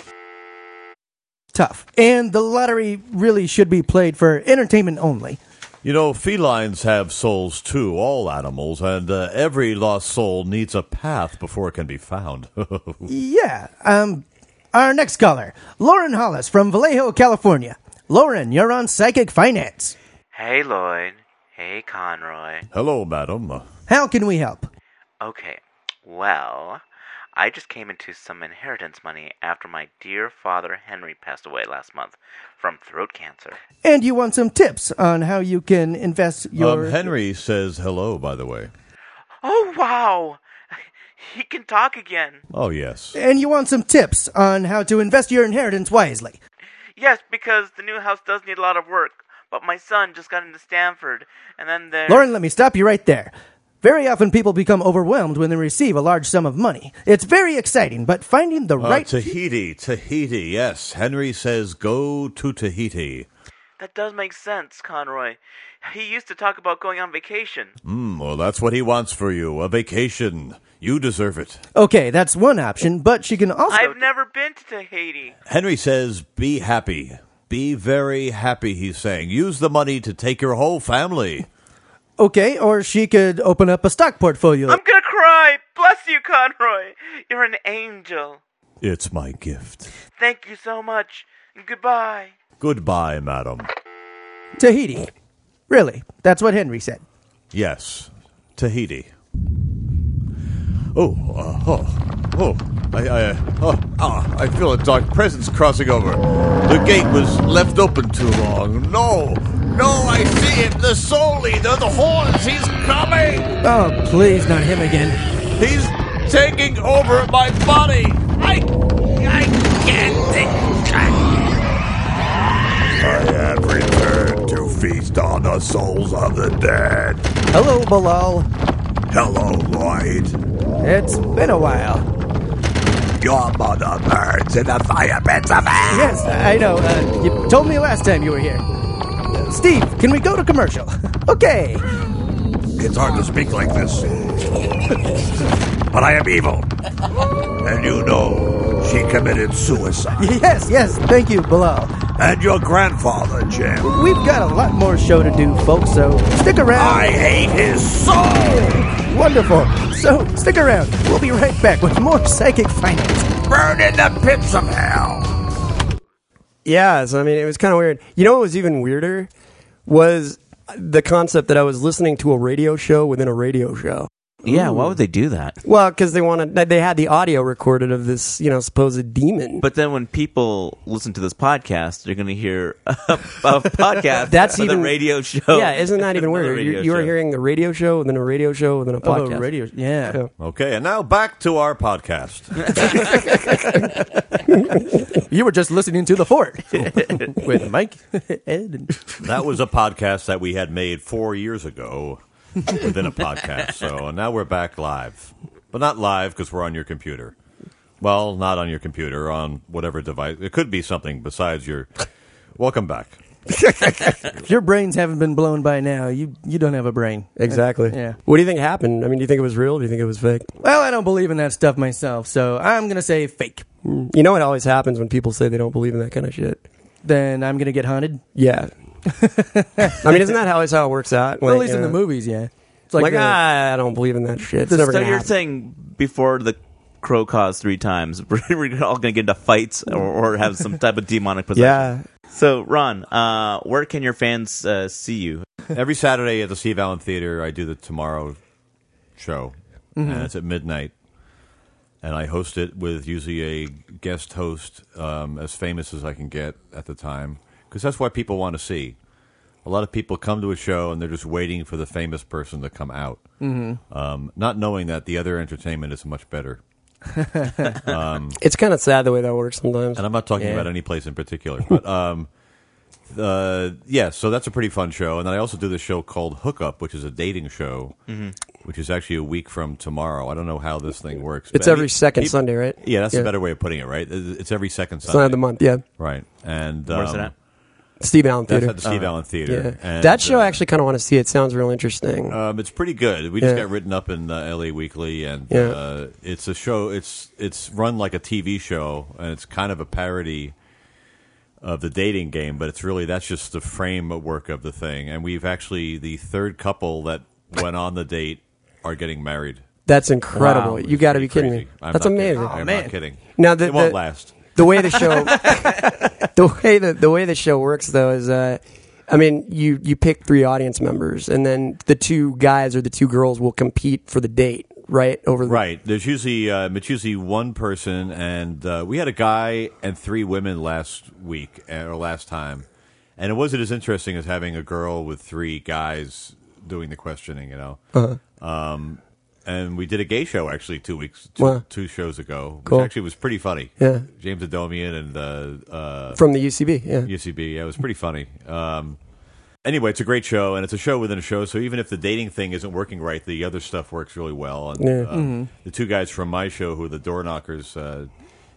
C: tough. And the lottery really should be played for entertainment only.
E: You know, felines have souls too, all animals, and uh, every lost soul needs a path before it can be found.
C: Yeah. Um, our next caller, Lauren Hollis from Vallejo, California. Lauren, you're on Psychic Finance.
G: Hey, Lloyd. Hey, Conroy.
E: Hello, madam.
C: How can we help?
G: Okay, well, I just came into some inheritance money after my dear father Henry passed away last month from throat cancer.
C: And you want some tips on how you can invest your.
E: Um, Henry says hello, by the way.
G: Oh, wow! He can talk again.
E: Oh, yes.
C: and you want some tips on how to invest your inheritance wisely.
G: Yes, because the new house does need a lot of work. But my son just got into Stanford, and then there.
C: Lauren, let me stop you right there. Very often, people become overwhelmed when they receive a large sum of money. It's very exciting, but finding the
E: Uh,
C: right.
E: Tahiti, Tahiti, yes. Henry says go to Tahiti.
G: That does make sense, Conroy. He used to talk about going on vacation.
E: Hmm, well, that's what he wants for you a vacation. You deserve it.
C: okay, that's one option, but she can also.
G: I've never been to Tahiti.
E: Henry says, be happy. Be very happy, he's saying. Use the money to take your whole family.
C: okay, or she could open up a stock portfolio.
G: I'm gonna cry! Bless you, Conroy! You're an angel.
E: It's my gift.
G: Thank you so much, and goodbye.
E: Goodbye, madam.
C: Tahiti. Really, that's what Henry said.
E: Yes, Tahiti. Oh, uh, oh, oh! I, I, uh, oh, ah, I feel a dark presence crossing over. The gate was left open too long. No, no! I see him. The soul eater, the horns. He's coming.
C: Oh, please, not him again.
E: He's taking over my body. I, I can't take. I have returned to feast on the souls of the dead.
C: Hello, Bilal.
E: Hello, Lloyd.
C: It's been a while.
E: Your mother burns in the fire pits of hell.
C: Yes, I know. Uh, you told me last time you were here. Uh, Steve, can we go to commercial? okay.
E: It's hard to speak like this. but I am evil. And you know
H: she committed suicide.
C: Yes, yes. Thank you, Bilal.
H: And your grandfather, Jim.
C: We've got a lot more show to do, folks, so stick around.
H: I hate his soul!
C: Wonderful. So stick around. We'll be right back with more psychic finance.
H: Burn in the pits of hell!
I: Yeah, so I mean, it was kind of weird. You know what was even weirder was the concept that I was listening to a radio show within a radio show.
B: Yeah, why would they do that?
I: Well, because they wanted, they had the audio recorded of this, you know, supposed demon.
B: But then when people listen to this podcast, they're going to hear a, a podcast.
I: That's
B: with
I: even-
B: a radio show.
C: oh.
I: yeah, isn't that even
B: Another
I: weird?
B: radio
I: You, you were
B: show.
I: hearing a radio show within a radio show within a podcast.
C: Yeah.
E: Okay, and now back to our podcast.
C: You were just listening to The Fort with Mike, Ed, and
E: that was a podcast that we had made four years ago within a podcast. So now we're back live, but not live because we're on your computer. Well, not on your computer, on whatever device. It could be something besides your. Welcome back.
C: if your brains haven't been blown by now, you, you don't have a brain.
I: Exactly.
C: Yeah.
I: What do you think happened? I mean, do you think it was real? Do you think it was fake?
C: Well, I don't believe in that stuff myself, so I'm going to say fake.
I: You know, it always happens when people say they don't believe in that kind of shit.
C: Then I'm going to get haunted.
I: Yeah. I mean, isn't that always how it works out?
C: Well,
I: Like,
C: at least
I: you
C: in the
I: know,
C: movies, yeah. It's uh,
I: Like,
C: the-
I: ah, I don't believe in that shit. It's never
B: so
I: gonna
B: you're
I: happen.
B: saying before the crow caws three times, we're, we're all going to get into fights or, or have some type of demonic possession.
I: yeah.
B: So, Ron, uh, where can your fans uh, see you?
E: Every Saturday at the Steve Allen Theater, I do the Tomorrow show, and it's at midnight. And I host it with usually a guest host um, as famous as I can get at the time, because that's what people want to see. A lot of people come to a show and they're just waiting for the famous person to come out, mm-hmm. um, not knowing that the other entertainment is much better.
I: It's kind of sad the way that works sometimes.
E: And I'm not talking about any place in particular, but um, uh, yeah. So that's a pretty fun show. And then I also do this show called Hookup, which is a dating show,
I: Mm-hmm.
E: which is actually a week from tomorrow. I don't know how this thing works.
I: It's
E: but
I: every
E: any-
I: second
E: peop-
I: Sunday, right?
E: Yeah, that's
I: Yeah.
E: a better way of putting it, right? It's it's every second Sunday,
I: Sunday of the month, yeah.
E: right? And um,
B: Where's it at?
I: Steve Allen
E: That's
I: Theater. Uh,
E: at the Steve Allen Theater.
I: Yeah.
E: And,
I: that show,
E: uh,
I: I actually kind of want to see. It sounds real interesting.
E: Um, it's pretty good. We just
I: Yeah.
E: got written up in uh, LA Weekly, and
I: Yeah.
E: uh, it's a show. It's it's run like a TV show, and it's kind of a parody of the dating game. But it's really that's just the framework of the thing. And we've actually the third couple that went on the date are getting married.
I: That's incredible. you got to be kidding me.
E: I'm
I: That's
E: not kidding.
I: amazing.
E: I'm not kidding.
I: Now the-
E: it won't
I: the-
E: last.
I: the way the show the way the, the way the show works though is uh I mean, you, you pick three audience members, and then the two guys or the two girls will compete for the date, right? Over the,
E: Right. There's usually um, it's usually one person, and uh, we had a guy and three women last week uh, or last time, and it wasn't as interesting as having a girl with three guys doing the questioning. You know.
I: Uh-huh.
E: Um, and we did a gay show actually two weeks two,
I: Wow.
E: two shows ago, which
I: Cool.
E: actually was pretty funny.
I: Yeah.
E: James Adomian and uh, uh,
I: from the UCB. Yeah,
E: UCB. Yeah, it was pretty funny. Um, anyway, it's a great show, and it's a show within a show. So even if the dating thing isn't working right, the other stuff works really well. And
I: Yeah.
E: uh, the two guys from my show, who are the door knockers, uh,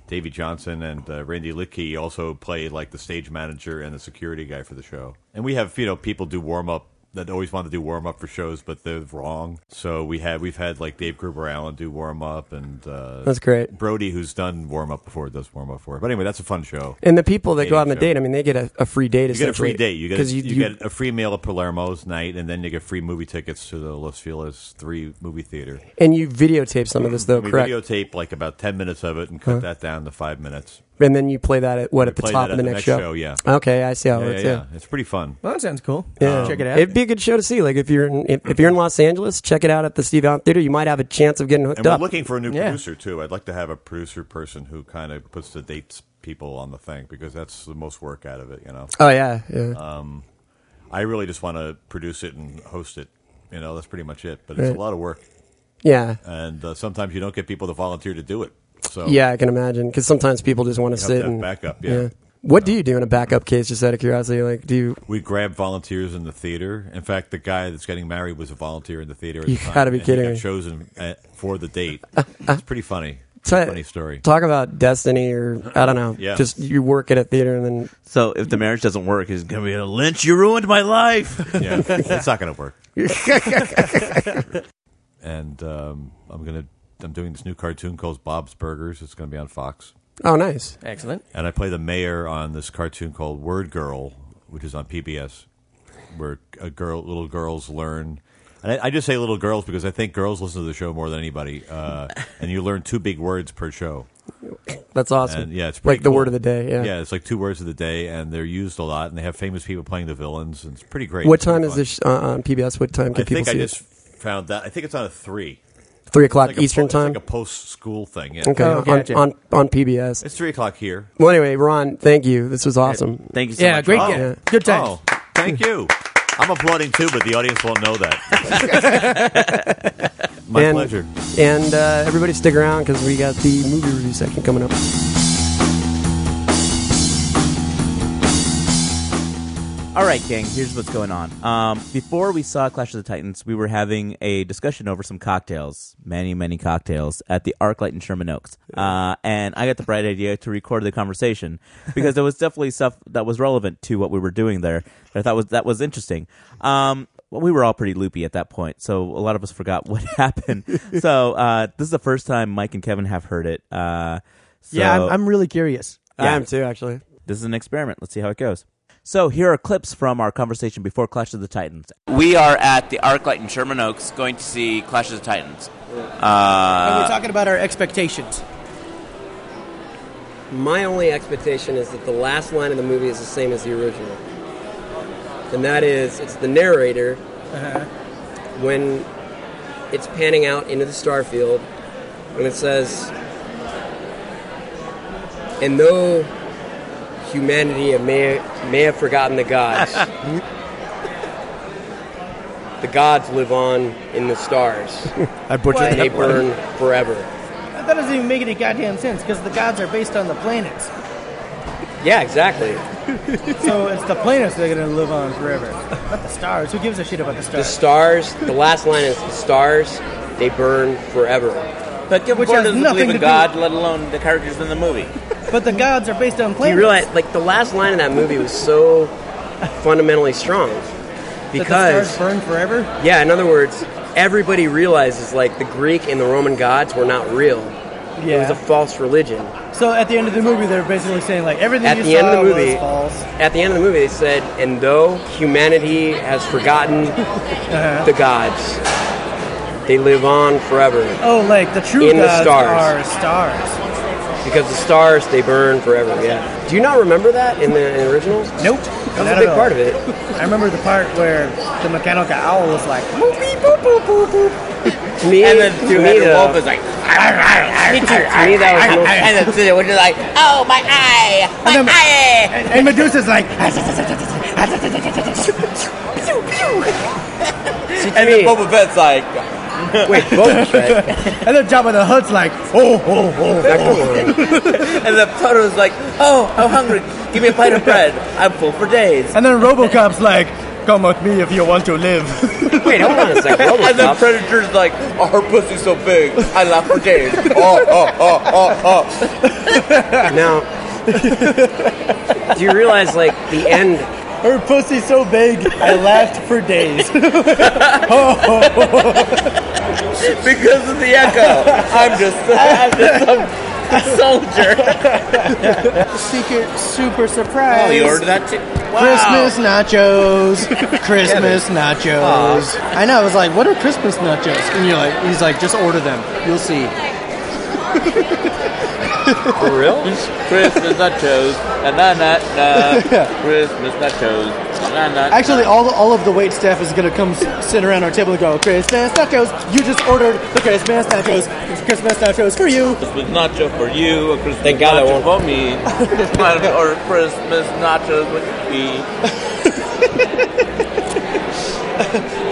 E: Davey Johnson and uh, Randy Litke, also play like the stage manager and the security guy for the show. And we have you know people do warm up. That always want to do warm up for shows, but they're wrong. So we had we've had like Dave Gruber Allen do warm up, and uh,
I: that's great.
E: Brody, who's done warm up before, does warm up for it. But anyway, that's a fun show.
I: And the people that go
E: Dating
I: out on the
E: show.
I: date, I mean, they get a, a free date.
E: You get a free date. You get a,
I: because
E: you, get a free meal at Palermo's night, and then you get free movie tickets to the Los Feliz Three movie theater.
I: and you videotape some of this though,
E: We
I: Oh, correct?
E: videotape like about ten minutes of it and cut that down to five minutes.
I: and then you play that at what at the
E: play
I: top
E: that
I: of
E: at
I: the,
E: the
I: next,
E: next
I: show.
E: show, yeah.
I: Okay, I see how
E: Yeah,
I: Oh, it
E: yeah,
I: works.
E: yeah.
I: Yeah.
E: it's pretty fun.
C: Well, that sounds cool.
I: Yeah.
C: Check it out.
I: It'd be a good show to see. Like if you're in, if, if you're in Los Angeles, check it out at the Steve Allen Theater. You might have a chance of getting hooked
E: And we're
I: up.
E: looking for a new
C: Yeah.
E: producer too. I'd like to have a producer person who kind of puts the dates people on the thing because that's the most work out of it. You know,
I: oh yeah, yeah.
E: Uh, I really just want to produce it and host it. You know, that's pretty much it. But it's
I: Right.
E: a lot of work,
I: yeah.
E: and uh, sometimes you don't get people to volunteer to do it. So
I: Yeah, I can imagine because sometimes people just want to
E: have
I: sit
E: to have
I: and
E: backup, yeah.
I: What do you do in a backup case? Just out of curiosity, like do you?
E: We grabbed volunteers in the theater. In fact, the guy that's getting married was a volunteer in the theater. At
I: You
E: the time,
I: gotta be
E: and he
I: kidding
E: got
I: me.
E: chosen uh, for the date. it's pretty funny. It's a
I: Ti-
E: funny story.
I: Talk about destiny, or I don't know.
E: Yeah.
I: Just you work at a theater and then
B: So, if the marriage doesn't work, it's going to be a lynch. You ruined my life.
E: yeah, it's not going to work. and um, I'm gonna. I'm doing this new cartoon called Bob's Burgers. It's going to be on Fox.
I: Oh, nice.
J: Excellent.
E: and I play the mayor on this cartoon called Word Girl, which is on PBS, where a girl, little girls learn. And I, I just say little girls because I think girls listen to the show more than anybody, uh, and you learn two big words per show.
I: That's awesome.
E: And yeah, it's pretty
I: like the
E: cool.
I: word of the day. Yeah.
E: Yeah, it's like two words of the day, and they're used a lot. And they have famous people playing the villains, and it's pretty great.
I: What
E: It's really
I: time is
E: fun.
I: this sh- uh, on PBS? What time
E: I
I: can people
E: think I
I: see
E: just
I: it?
E: found that. I think it's on a three
I: Three o'clock
E: Like a
I: Eastern
E: po- it's
I: time.
E: like a post-school thing. Yeah.
I: okay,
J: Oh, gotcha.
I: on, on on PBS.
E: it's three o'clock here.
I: Well, anyway, Ron, thank you. This was awesome.
B: Thank you so
J: Yeah,
B: much.
J: great.
B: Rob.
J: guy. Good times.
E: Oh, thank you. I'm applauding too, but the audience won't know that. My
I: And-
E: pleasure.
I: And uh, everybody, stick around because we got the movie review section coming up.
B: All right, gang. Here's what's going on. Um, before we saw Clash of the Titans, we were having a discussion over some cocktails, many, many cocktails, at the ArcLight in Sherman Oaks. Uh, and I got the bright idea to record the conversation because there was definitely stuff that was relevant to what we were doing there that I thought was that was interesting. Um, well, we were all pretty loopy at that point, so a lot of us forgot what happened. so uh, this is the first time Mike and Kevin have heard it. Uh, so
J: yeah, I'm, I'm really curious.
I: I am too, actually.
B: this is an experiment. Let's see how it goes. So here are clips from our conversation before Clash of the Titans.
D: We are at the ArcLight in Sherman Oaks going to see Clash of the Titans.
J: and we're talking about our expectations.
I: My only expectation is that the last line of the movie is the same as the original. And that is, it's the narrator Uh-huh. when it's panning out into the star field, and it says, And though humanity may, may have forgotten the gods, the gods live on in the stars,
J: I butchered
I: and they burn forever.
C: That doesn't even make any goddamn sense because the gods are based on the planets.
I: Yeah, exactly.
C: So it's the planets that are going to live on forever. Not the stars. Who gives a shit about the
I: The
C: stars?
I: stars, the last line is the stars, they burn forever.
D: But Gilbert
C: Which has
D: Gordon doesn't
C: nothing
D: believe in
C: to do-
D: God, let alone the characters in the movie.
C: But the gods are based on planets.
I: You realize, like, the last line of that movie was so fundamentally strong.
C: that the stars
I: Because,
C: burn forever?
I: yeah, in other words, everybody realizes, like, the Greek and the Roman gods were not real. It was a false religion.
C: So at the end of the movie, they're basically saying like everything
I: At
C: you
I: the
C: saw
I: end of the movie,
C: was false.
I: at the end of the movie, they said, and though humanity has forgotten the gods, they live on forever.
C: Oh, like the true
I: In the
C: gods
I: stars.
C: are stars.
I: Because the stars, they burn forever, yeah. Do you not remember that in the, in the original?
C: Nope,
I: That was a big part of it.
C: I remember the part where the mechanical owl was like,
I: To me,
D: And the
I: to me,
D: two-headed
I: the-
D: wolf is like,
I: me too. To me, that was the most-
D: and the two which is like, oh my eye, my
C: And then-
D: eye.
C: and, and Medusa's like, "Ah,
D: And then
I: me.
D: Boba Fett's like,
I: Wait, Boba Fett.
C: and then Jabba the Hutt's like, oh ho ho.
I: Now, come on.
D: and the Toto's like, oh, I'm hungry. Give me a plate of bread. I'm full for days.
C: And then RoboCop's like, come with me if you want to live.
I: Wait, hold on a second.
D: And then
I: RoboCop.
D: Predator's like, oh, her pussy's so big, I laugh for days. Oh, oh, oh, oh, oh.
I: Now, do you realize like the end?
C: Her pussy's so big, I laughed for days.
D: Because of the echo, I'm just, I'm just some soldier.
C: Secret super surprise.
D: Oh, you ordered that too? Wow.
C: Christmas nachos, Christmas nachos. I know. I was like, "What are Christmas nachos?" And you're like, "He's like, just order them. You'll see."
D: For real? Christmas nachos. Na na na na. Christmas nachos. Na na. na.
C: Actually, all all of the wait staff is gonna come s- sit around our table and go, "Christmas nachos. You just ordered the Christmas nachos. It's Christmas nachos for you."
D: Christmas nacho for you. A Christmas
I: Thank God I
D: nacho for me. And- or Christmas nachos with me.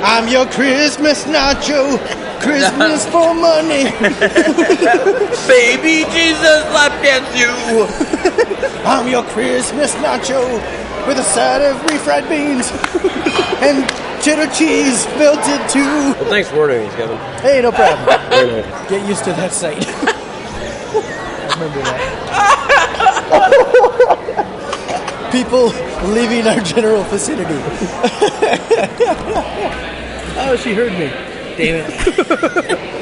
C: I'm your Christmas nacho. Christmas for money.
D: Baby Jesus lap dance you.
C: I'm your Christmas nacho with a side of refried beans and cheddar cheese melted too.
I: Well, thanks for ordering these, Kevin.
C: Hey, no problem.
I: Very nice.
C: Get used to that site. Remember that. People leaving our general vicinity. oh, she heard me. Damn it.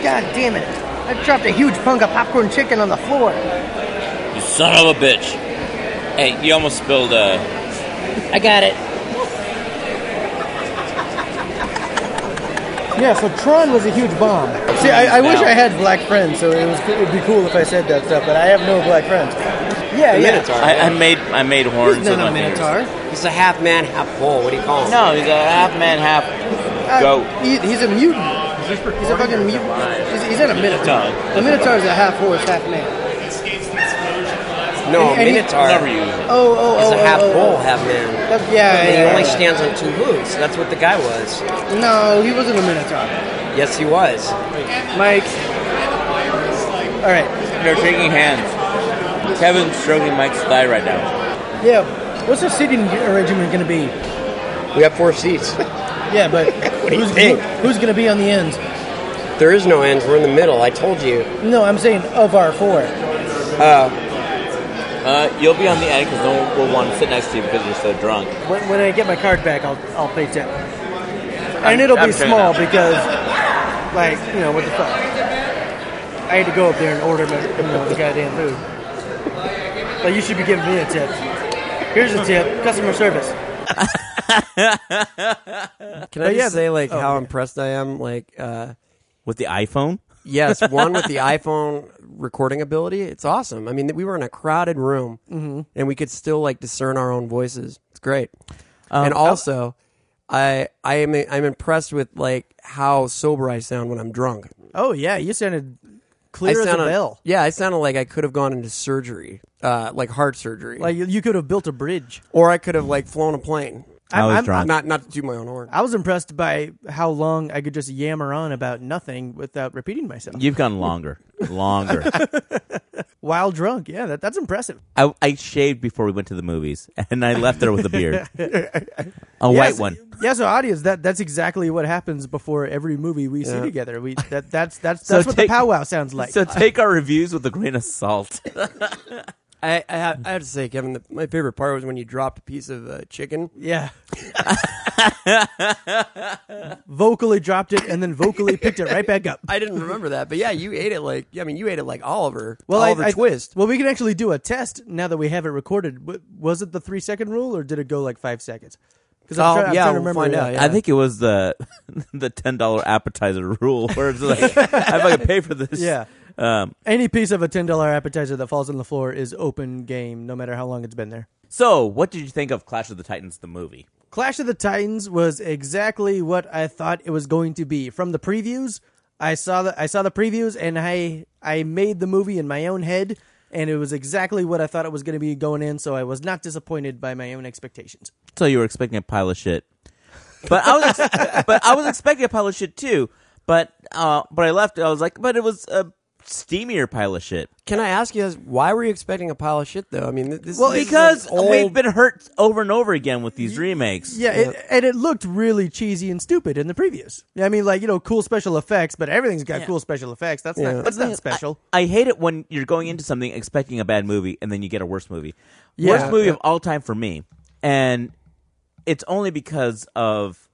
C: God damn it. I dropped a huge punk of popcorn chicken on the floor.
D: You
K: Son of a bitch. Hey, you almost spilled uh I got it.
C: Yeah, so Tron was a huge bomb. See, I, I wish I had black friends, so it was it would be cool if I said that stuff, but I have no black friends. Yeah, yeah.
B: I, I made I made horns
C: He's not
B: with my
C: a
B: fingers.
C: minotaur.
I: He's a half man, half bull. What do you call him?
B: No, he's a half man, half
C: Uh,
B: goat.
C: He, he's a mutant. He's a fucking mutant. He's, he's not a minotaur. A minotaur is a half horse, half man.
I: no,
C: and he-
I: Minotaur.
B: Never use it.
C: Oh, oh, oh.
I: He's a
C: oh,
I: half
C: oh,
I: bull,
C: oh.
I: half man.
C: That- yeah,
I: And
C: yeah,
I: he
C: yeah,
I: only
C: yeah.
I: stands on two hooves. That's what the guy was.
C: No, he wasn't a minotaur.
I: Yes, he was.
C: Mike. All right.
B: They're shaking hands. Kevin's stroking Mike's thigh right now.
C: Yeah. What's the seating arrangement going to be?
I: We have four seats.
C: Yeah, but
I: do you
C: who's, who,
I: think?
C: who's going to be on the ends?
I: There is no ends. We're in the middle. I told you.
C: No, I'm saying of our four.
B: Uh, you'll be on the end because no one will want to sit next to you because you're so drunk.
C: When, when I get my card back, I'll I'll pay ten. And it'll
B: I'm
C: be
B: sure
C: small
B: that-
C: because, like, you know what the fuck. I had to go up there and order my you know, the goddamn food. But you should be giving me a tip. Here's a tip: customer service.
I: Can I
C: But
I: just
C: yeah, the-
I: say like how impressed I am? Like, uh,
B: With the iPhone?
I: yes, one with the iPhone recording ability. It's awesome. I mean, we were in a crowded room and we could still like discern our own voices. It's great. and also, I I am I'm impressed with like how sober I sound when I'm drunk.
C: Oh yeah, you sounded
I: I
C: clear
I: sounded- Yeah, I sounded like I could have gone into surgery, uh, like heart surgery,
C: Like you- you could have built a bridge.
I: or I could have like flown a plane.
B: I was drunk.
I: Not not to do my own horn.
C: I was impressed by how long I could just yammer on about nothing without repeating myself.
B: You've gone longer. Longer.
C: While drunk, yeah, that, that's impressive.
B: I, I shaved before we went to the movies, and I left there with a beard. A
C: Yeah,
B: white
C: so-
B: one.
C: Yeah, so audience, that that's exactly what happens before every movie we see together. We that that's that's that's
B: So
C: what
B: take-
C: the powwow sounds like. Uh,
B: So take our reviews with a grain of salt.
I: I I have, I have to say, Kevin, the, my favorite part was when you dropped a piece of uh, chicken.
C: yeah. vocally dropped it and then vocally picked it right back up.
I: I didn't remember that, but yeah, you ate it like I mean, you ate it like Oliver.
C: Well, I,
I: Oliver
C: I-
I: Twist.
C: Well, we can actually do a test now that we have it recorded. W- Was it the three second rule or did it go like five seconds? Because
I: Oh, yeah, we'll find out, yeah.
B: I think it was the the ten dollar appetizer rule, where it's like I fucking pay for this.
C: Yeah.
B: Um,
C: Any piece of a ten dollar appetizer that falls on the floor is open game, no matter how long it's been there.
B: so, what did you think of Clash of the Titans, the movie?
C: Clash of the Titans was exactly what I thought it was going to be. From the previews, I saw the I saw the previews and I I made the movie in my own head and it was exactly what I thought it was going to be going in, so I was not disappointed by my own expectations.
B: So you were expecting a pile of shit, but I was ex- but I was expecting a pile of shit too. But uh, but I left. I was like, but it was a steamier pile of shit.
I: Can I ask you this? Why were you expecting a pile of shit though? I mean, th- this
B: Well,
I: this is
B: because
I: an old,
B: we've been hurt over and over again with these remakes.
C: Yeah, it, and it looked really cheesy and stupid in the previews. I mean, like you know, cool special effects, but everything's got cool special effects. That's not that's not special.
B: I hate it when you're going into something expecting a bad movie and then you get a worse movie.
C: Yeah.
B: worst movie of all time for me, and it's only because of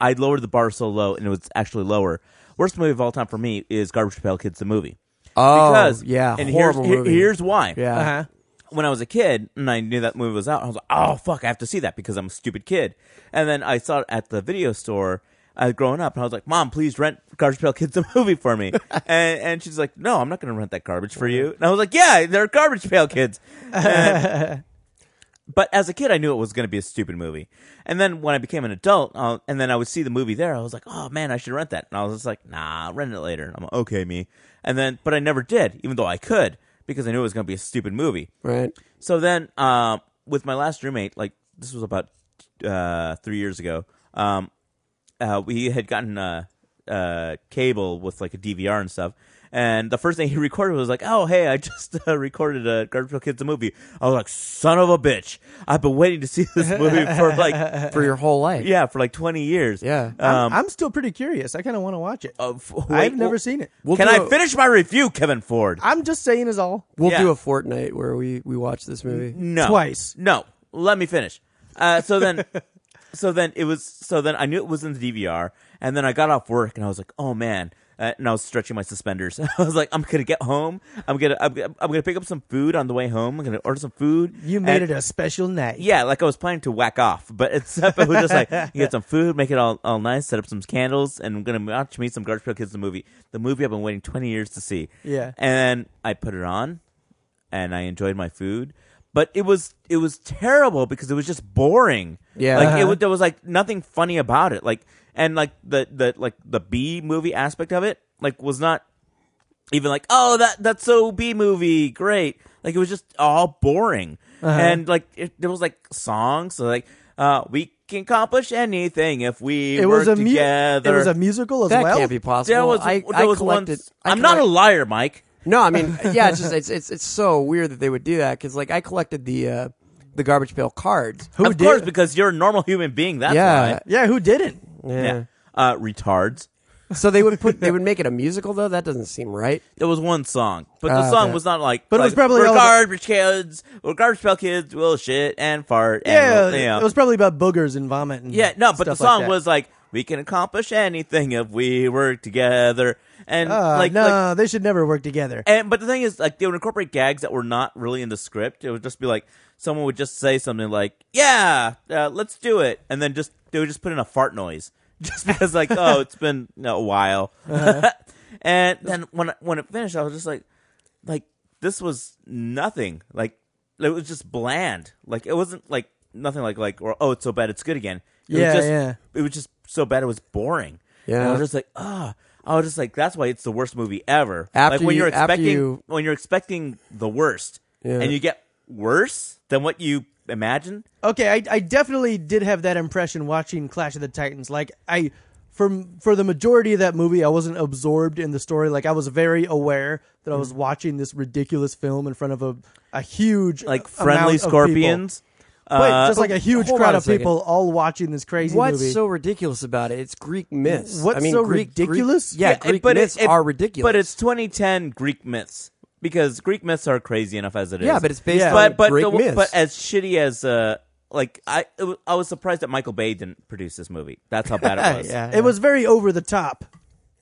B: I lowered the bar so low and it was actually lower. Worst movie of all time for me is Garbage Pail Kids the movie.
I: oh
B: because
I: yeah,
B: and
I: horrible
B: here's, here-
I: movie.
B: here's why.
I: yeah,
C: Uh-huh.
B: When I was a kid and I knew that movie was out, I was like, "Oh fuck, I have to see that because I'm a stupid kid." And then I saw it at the video store. I was growing up, and I was like, "Mom, please rent Garbage Pail Kids the movie for me." and, and she's like, "No, I'm not going to rent that garbage for you." And I was like, "Yeah, they're Garbage Pail Kids." And- but as a kid, I knew it was going to be a stupid movie. And then when I became an adult, uh, and then I would see the movie there, I was like, "Oh man, I should rent that." And I was just like, "Nah, I'll rent it later." I'm like, "Okay, me." And then, but I never did, even though I could, because I knew it was going to be a stupid movie.
I: right.
B: So then, um, with my last roommate, like this was about uh, three years ago, um, uh, we had gotten a, uh cable with like a DVR and stuff. And the first thing he recorded was like, "Oh, hey, I just uh, recorded a Garfield Kids the movie." I was like, "Son of a bitch! I've been waiting to see this movie for like,
I: For your whole life.
B: yeah, for like twenty years."
I: Yeah.
B: Um,
C: I'm still pretty curious. I kind of want to watch it.
B: uh, f- wait,
C: I've never
B: well-
C: seen it.
B: Can
I: do
B: I
I: a-
B: finish my review, Kevin Ford?
C: I'm just saying is all.
I: We'll
B: Yeah. Mm-hmm.
I: do a fortnight where we we watch this movie.
B: No.
C: Twice.
B: No. Let me finish. Uh, so then, so then it was. So then I knew it was in the DVR, and then I got off work and I was like, "Oh man, uh, and I was stretching my suspenders. I was like, I'm gonna get home. I'm gonna I'm, gonna- I'm gonna pick up some food on the way home. I'm gonna order some food.
C: You made
B: And-
C: it a special night.
B: yeah, like I was planning to whack off, but except it was just like you get some food, make it all, all nice, set up some candles, and I'm gonna watch me some Garbage Pail Kids the movie, the movie I've been waiting twenty years to see.
C: Yeah.
B: and I put it on, and I enjoyed my food, but it was it was terrible because it was just boring.
D: Yeah.
B: like it
D: Uh-huh.
B: was there was like nothing funny about it. Like and like the the like the B movie aspect of it like was not even like, oh, that that's so B movie, great. Like it was just all boring,
C: Uh-huh.
B: and like it, there was like songs so like uh, we can accomplish anything if we
C: It
B: work
C: was a mu-
B: together.
C: it was a musical as
D: That
C: well.
D: can't be possible.
B: there was
D: I,
B: there
D: I
B: was one.
D: collected. I
B: I'm not a
D: collect-
B: liar, Mike.
D: No, I mean, yeah, it's just it's it's, it's so weird that they would do that because like I collected the uh, the garbage pail cards.
C: Who
B: of
C: did?
B: course, because you're a normal human being. That's
D: Yeah.
C: yeah, who didn't?
B: why. Yeah. Uh, retards.
D: So they would put they would make it a musical though. That doesn't seem right.
B: There was one song, but the song was not like.
C: Ah, But it
B: like,
C: was probably
B: we're
C: all about-
B: garbage kids. We're garbage pail kids. We'll shit and fart.
C: Yeah,
B: and we'll, you know.
C: it was probably about boogers and vomit. And
B: Yeah, no, but the
C: stuff like
B: song
C: that.
B: was like, "We can accomplish anything if we work together," and
C: Uh,
B: like,
C: no,
B: like,
C: they should never work together.
B: and but the thing is, like, they would incorporate gags that were not really in the script. It would just be like someone would just say something like, "Yeah, uh, let's do it," and then just they would just put in a fart noise, just because like, oh, it's been you know, a while. and Uh-huh. then when when it finished, I was just like, like this was nothing. Like it was just bland. Like it wasn't like nothing like like or oh it's so bad it's good again. It
C: Yeah,
B: was just,
C: yeah.
B: It was just so bad it was boring.
D: Yeah.
B: And I was just like ah. I was just like that's why it's the worst movie ever.
D: After
B: like when
D: you-
B: are
D: after
B: expecting
D: you-
B: when you're expecting the worst
D: Yeah.
B: and you get worse than what you imagine.
C: Okay, I, I definitely did have that impression watching Clash of the Titans. Like I, for for the majority of that movie, I wasn't absorbed in the story. Like I was very aware that I was
B: Mm-hmm.
C: watching this ridiculous film in front of a a huge
B: Like
C: amount of
B: friendly
C: people.
B: scorpions.
C: Wait,
B: Uh,
C: just like a huge
D: hold
C: crowd
D: on a
C: of people all watching this crazy
D: What's
C: movie.
D: so ridiculous about it? It's Greek myths.
C: What's
D: I mean,
C: so
D: Greek, Greek-
C: ridiculous?
D: yeah,
B: it-
D: Greek
B: it-
D: myths
B: it-
D: are ridiculous.
B: But it's 2010 Greek myths because Greek myths are crazy enough as it is.
D: yeah, but it's based
C: Yeah.
D: on
B: but but
D: Greek
B: the-
D: myths.
B: but as shitty as uh like I it wa- I was surprised that Michael Bay didn't produce this movie. That's how bad it was.
D: Yeah.
C: it was very over the top.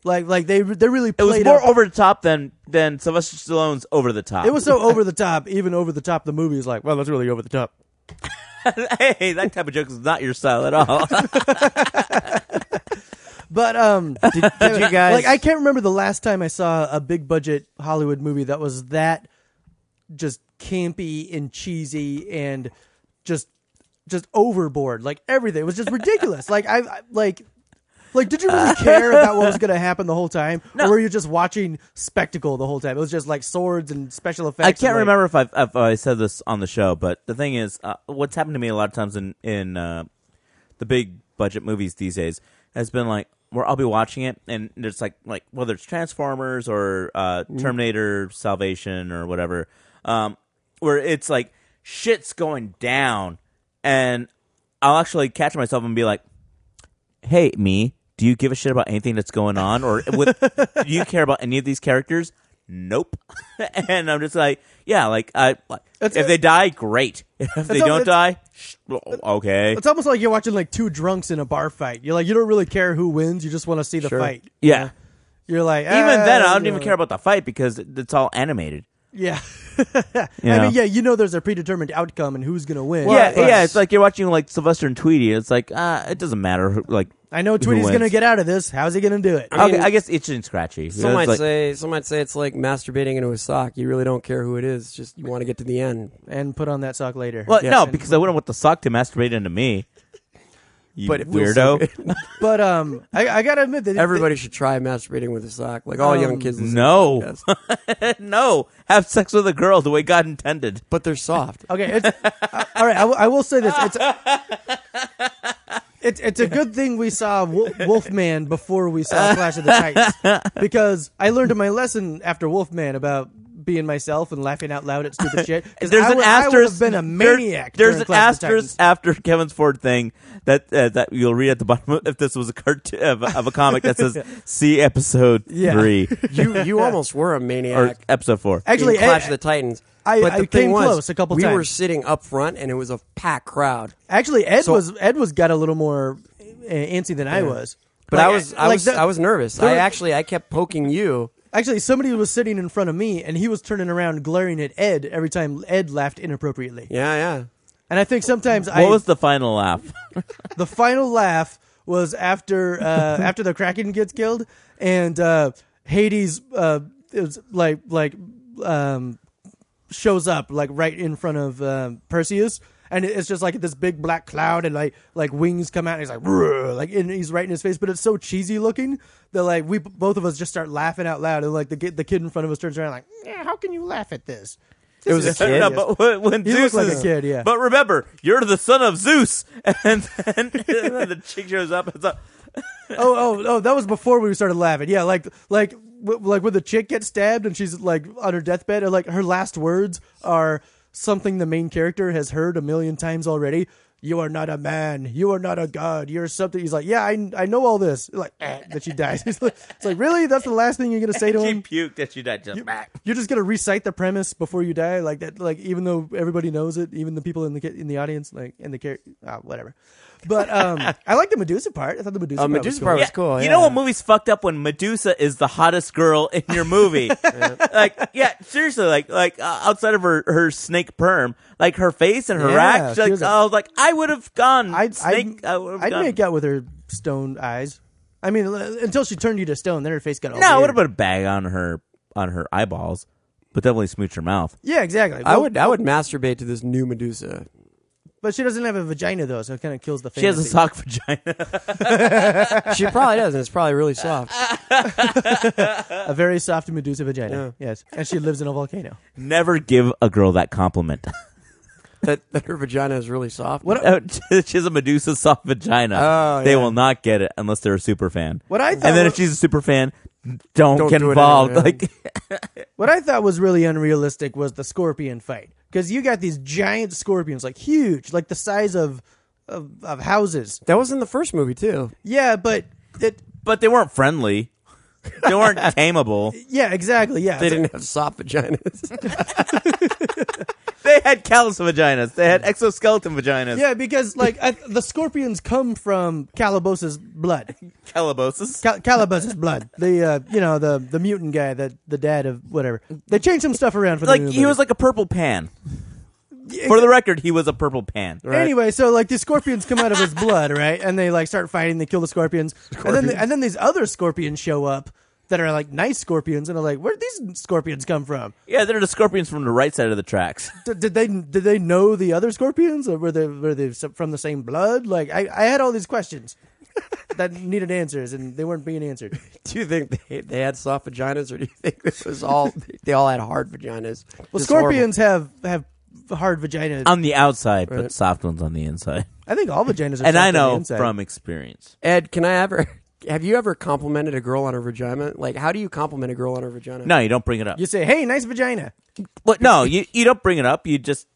C: Like like they they really
B: It was
C: played
B: more
C: up-
B: over the top than than Sylvester Stallone's over the top.
C: It was so over the top, even over the top. The movie is like, well, that's really over the top.
B: hey, that type of joke is not your style at all.
C: But um,
D: did, did you guys
C: like I can't remember the last time I saw a big budget Hollywood movie that was that just campy and cheesy and just just overboard. Like everything was just ridiculous. like I, I like like did you really care about what was going to happen the whole time or were you just watching spectacle the whole time? It was just like swords and special effects.
B: I
C: and,
B: can't
C: like-
B: remember if I've, if I said this on the show, but the thing is, uh, what's happened to me a lot of times in in uh, the big budget movies these days has been like where I'll be watching it and it's like like whether it's Transformers or uh, Terminator Salvation or whatever, um, where it's like shit's going down, and I'll actually catch myself and be like, "Hey, me." Do you give a shit about anything that's going on, or with, do you care about any of these characters? Nope. and I'm just like, yeah, like I, like, if they die, great. If they
C: all-
B: don't
C: it's-
B: die, sh- okay.
C: It's almost like you're watching like two drunks in a bar fight. You're like you don't really care who wins, you just want to see the fight.
B: Yeah.
C: You're like
B: Even
C: "Ah,
B: then, I don't
C: you
B: even
C: know."
B: care about the fight because it- it's all animated.
C: Yeah.
B: Yeah.
C: I mean, yeah, you know there's a predetermined outcome and who's going to win.
B: yeah,
C: But
B: yeah. It's like you're watching like Sylvester and Tweety. It's like uh, it doesn't matter. Who, like
C: I know
B: who
C: Tweety's going to
B: wins.
C: get out of this. How's he going to do it?
B: Okay, I guess itchy and scratchy.
D: some
B: It's
D: might
B: like-
D: say some might say it's like masturbating into a sock. You really don't care who it is. Just you want to get to the end.
C: And put on that sock later.
B: well,
C: Yeah.
B: no,
C: And-
B: because I wouldn't want the sock to masturbate into me. You
D: But it feels so
B: weirdo.
C: but um, I, I got to admit that
D: Everybody should try masturbating with a sock. Like all young kids. listen to
B: no.
D: podcasts.
B: no, have sex with a girl the way God intended.
D: but they're soft.
C: Okay, it's, uh, all right. I will- I will say this. It's it's it's a good thing we saw Wo- Wolfman before we saw Clash of the Titans because I learned my lesson after Wolfman about being myself and laughing out loud at stupid shit. 'Cause
B: There's
C: I
B: an
C: would- I would
B: asterisk.
C: have been a
B: there-
C: maniac.
B: there's
C: during
B: an
C: Clash of the
B: asterisk
C: Titans.
B: after Kevin's Ford thing that uh, that you'll read at the bottom of, if this was a cartoon of, of a comic that says see episode
C: Yeah.
B: three
D: You you almost were a
B: or
D: maniac.
B: episode four.
C: Actually,
D: in Clash
C: eh,
D: of the Titans.
C: I-
D: but the
C: I
D: thing
C: came
D: was,
C: close a couple
D: we
C: times.
D: were sitting up front, and it was a packed crowd.
C: Actually, Ed
D: So-
C: was Ed was got a little more uh, antsy than I was.
I: But
C: Like,
I: I was I
C: like
I: was
C: the-
I: I was nervous.
C: there
I: I
C: were-
I: actually I kept poking you.
C: Actually, somebody was sitting in front of me, and he was turning around, glaring at Ed every time Ed laughed inappropriately.
I: Yeah, yeah.
C: And I think sometimes I
B: What was the final laugh?
C: the final laugh was after uh, after the Kraken gets killed, and uh, Hades uh, is like like um, shows up like right in front of um, Perseus. And it- it's just like this big black cloud, and like like wings come out, and he's like, "Rrr," like and he's right in his face. But it's so cheesy looking that like we both of us just start laughing out loud, and like the kid, the kid in front of us turns around like, "Yeah, how can you laugh at this?"
I: It was a kid.
B: No, but when, when
C: He
B: Zeus
C: looked like a
B: is-
C: kid, yeah.
B: But remember, you're the son of Zeus, and then, and then the chick shows up. and It's like,
C: oh, oh, oh, that was before we started laughing. Yeah, like, like, w- like when the chick gets stabbed and she's like on her deathbed, and like her last words are something the main character has heard a million times already. You are not a man. You are not a god. You're something. He's like, yeah, I, I know all this. Like eh, that she dies. It's like, it's like, really? That's the last thing you're gonna say to
B: she
C: him?
B: puked as she died. Just, "Bah."
C: You're just gonna recite the premise before you die, like that. Like even though everybody knows it, even the people in the in the audience, like in the character, ah, whatever. But um, I like the Medusa part. I thought the Medusa
I: Uh,
C: part was
I: Medusa
C: cool.
I: part was cool.
B: You
I: yeah.
B: know what movie's fucked up when Medusa is the hottest girl in your movie? Like, yeah, seriously, like, like uh, outside of her, her snake perm, like her face and her
C: Yeah,
B: rack. she's
C: she
B: like,
C: was a-
B: I was like, I would have gone
C: I'd
B: snake.
C: I'd,
B: I would have
C: I'd
B: gone.
C: make out with her stone eyes. I mean, l- until she turned you to stone, then her face got all.
B: no, I would
C: weird.
B: have put a bag on her on her eyeballs, but definitely smooch her mouth.
C: Yeah, exactly.
I: I
C: Well,
I: would I would masturbate to this new Medusa.
C: but she doesn't have a vagina though, so it kind of kills the. Fantasy.
B: She has a sock vagina.
I: She probably does, and it's probably really soft.
C: A very soft Medusa vagina. Yes, and she lives in a volcano.
B: Never give a girl that compliment.
I: That, that her vagina is really soft.
B: she has a Medusa soft vagina.
I: Oh,
B: they
I: yeah.
B: will not get it unless they're a super fan.
C: What I thought
B: and then
C: was-
B: if she's a super fan, don't,
I: Don't
B: get
I: do it
B: involved.
I: anyway.
B: like
C: What I thought was really unrealistic was the scorpion fight because you got these giant scorpions, like huge, like the size of of, of houses.
I: That was in the first movie too.
C: Yeah, but it.
B: but they weren't friendly. They weren't tameable.
C: Yeah, exactly. Yeah,
I: They didn't have soft vaginas.
B: They had callus vaginas. They had exoskeleton vaginas.
C: yeah, because like I, the scorpions come from Calabos's blood.
B: Calaboses.
C: Cal- Calabas's blood. The uh, you know the the mutant guy that the dad of whatever. They changed some stuff around for the
B: like
C: new
B: he was like a purple pan. For the record, he was a purple pan.
C: Anyway, so like the scorpions come out of his blood, right? And they like start fighting. They kill the scorpions, and then and then these other scorpions show up that are like nice scorpions, and are like, where'd these scorpions come from?
B: Yeah, they're the scorpions from the right side of the tracks.
C: D- did they did they know the other scorpions, or were they were they s- from the same blood? Like I, I had all these questions that needed answers, and they weren't being answered.
I: do you think they, they had soft vaginas, or do you think this was all they all had hard vaginas?
C: Well,
I: Just horrible.
C: scorpions have have hard vaginas.
B: on the outside, but
I: Right.
B: soft ones on the inside.
C: I think all vaginas are.
B: And I
C: soft on the
B: know
C: inside.
B: from experience.
I: Ed, can I ever? Have you ever complimented a girl on her vagina? Like, how do you compliment a girl on her vagina?
B: No, you don't bring it up.
C: you say, "Hey, nice vagina."
B: But no, you you don't bring it up. You just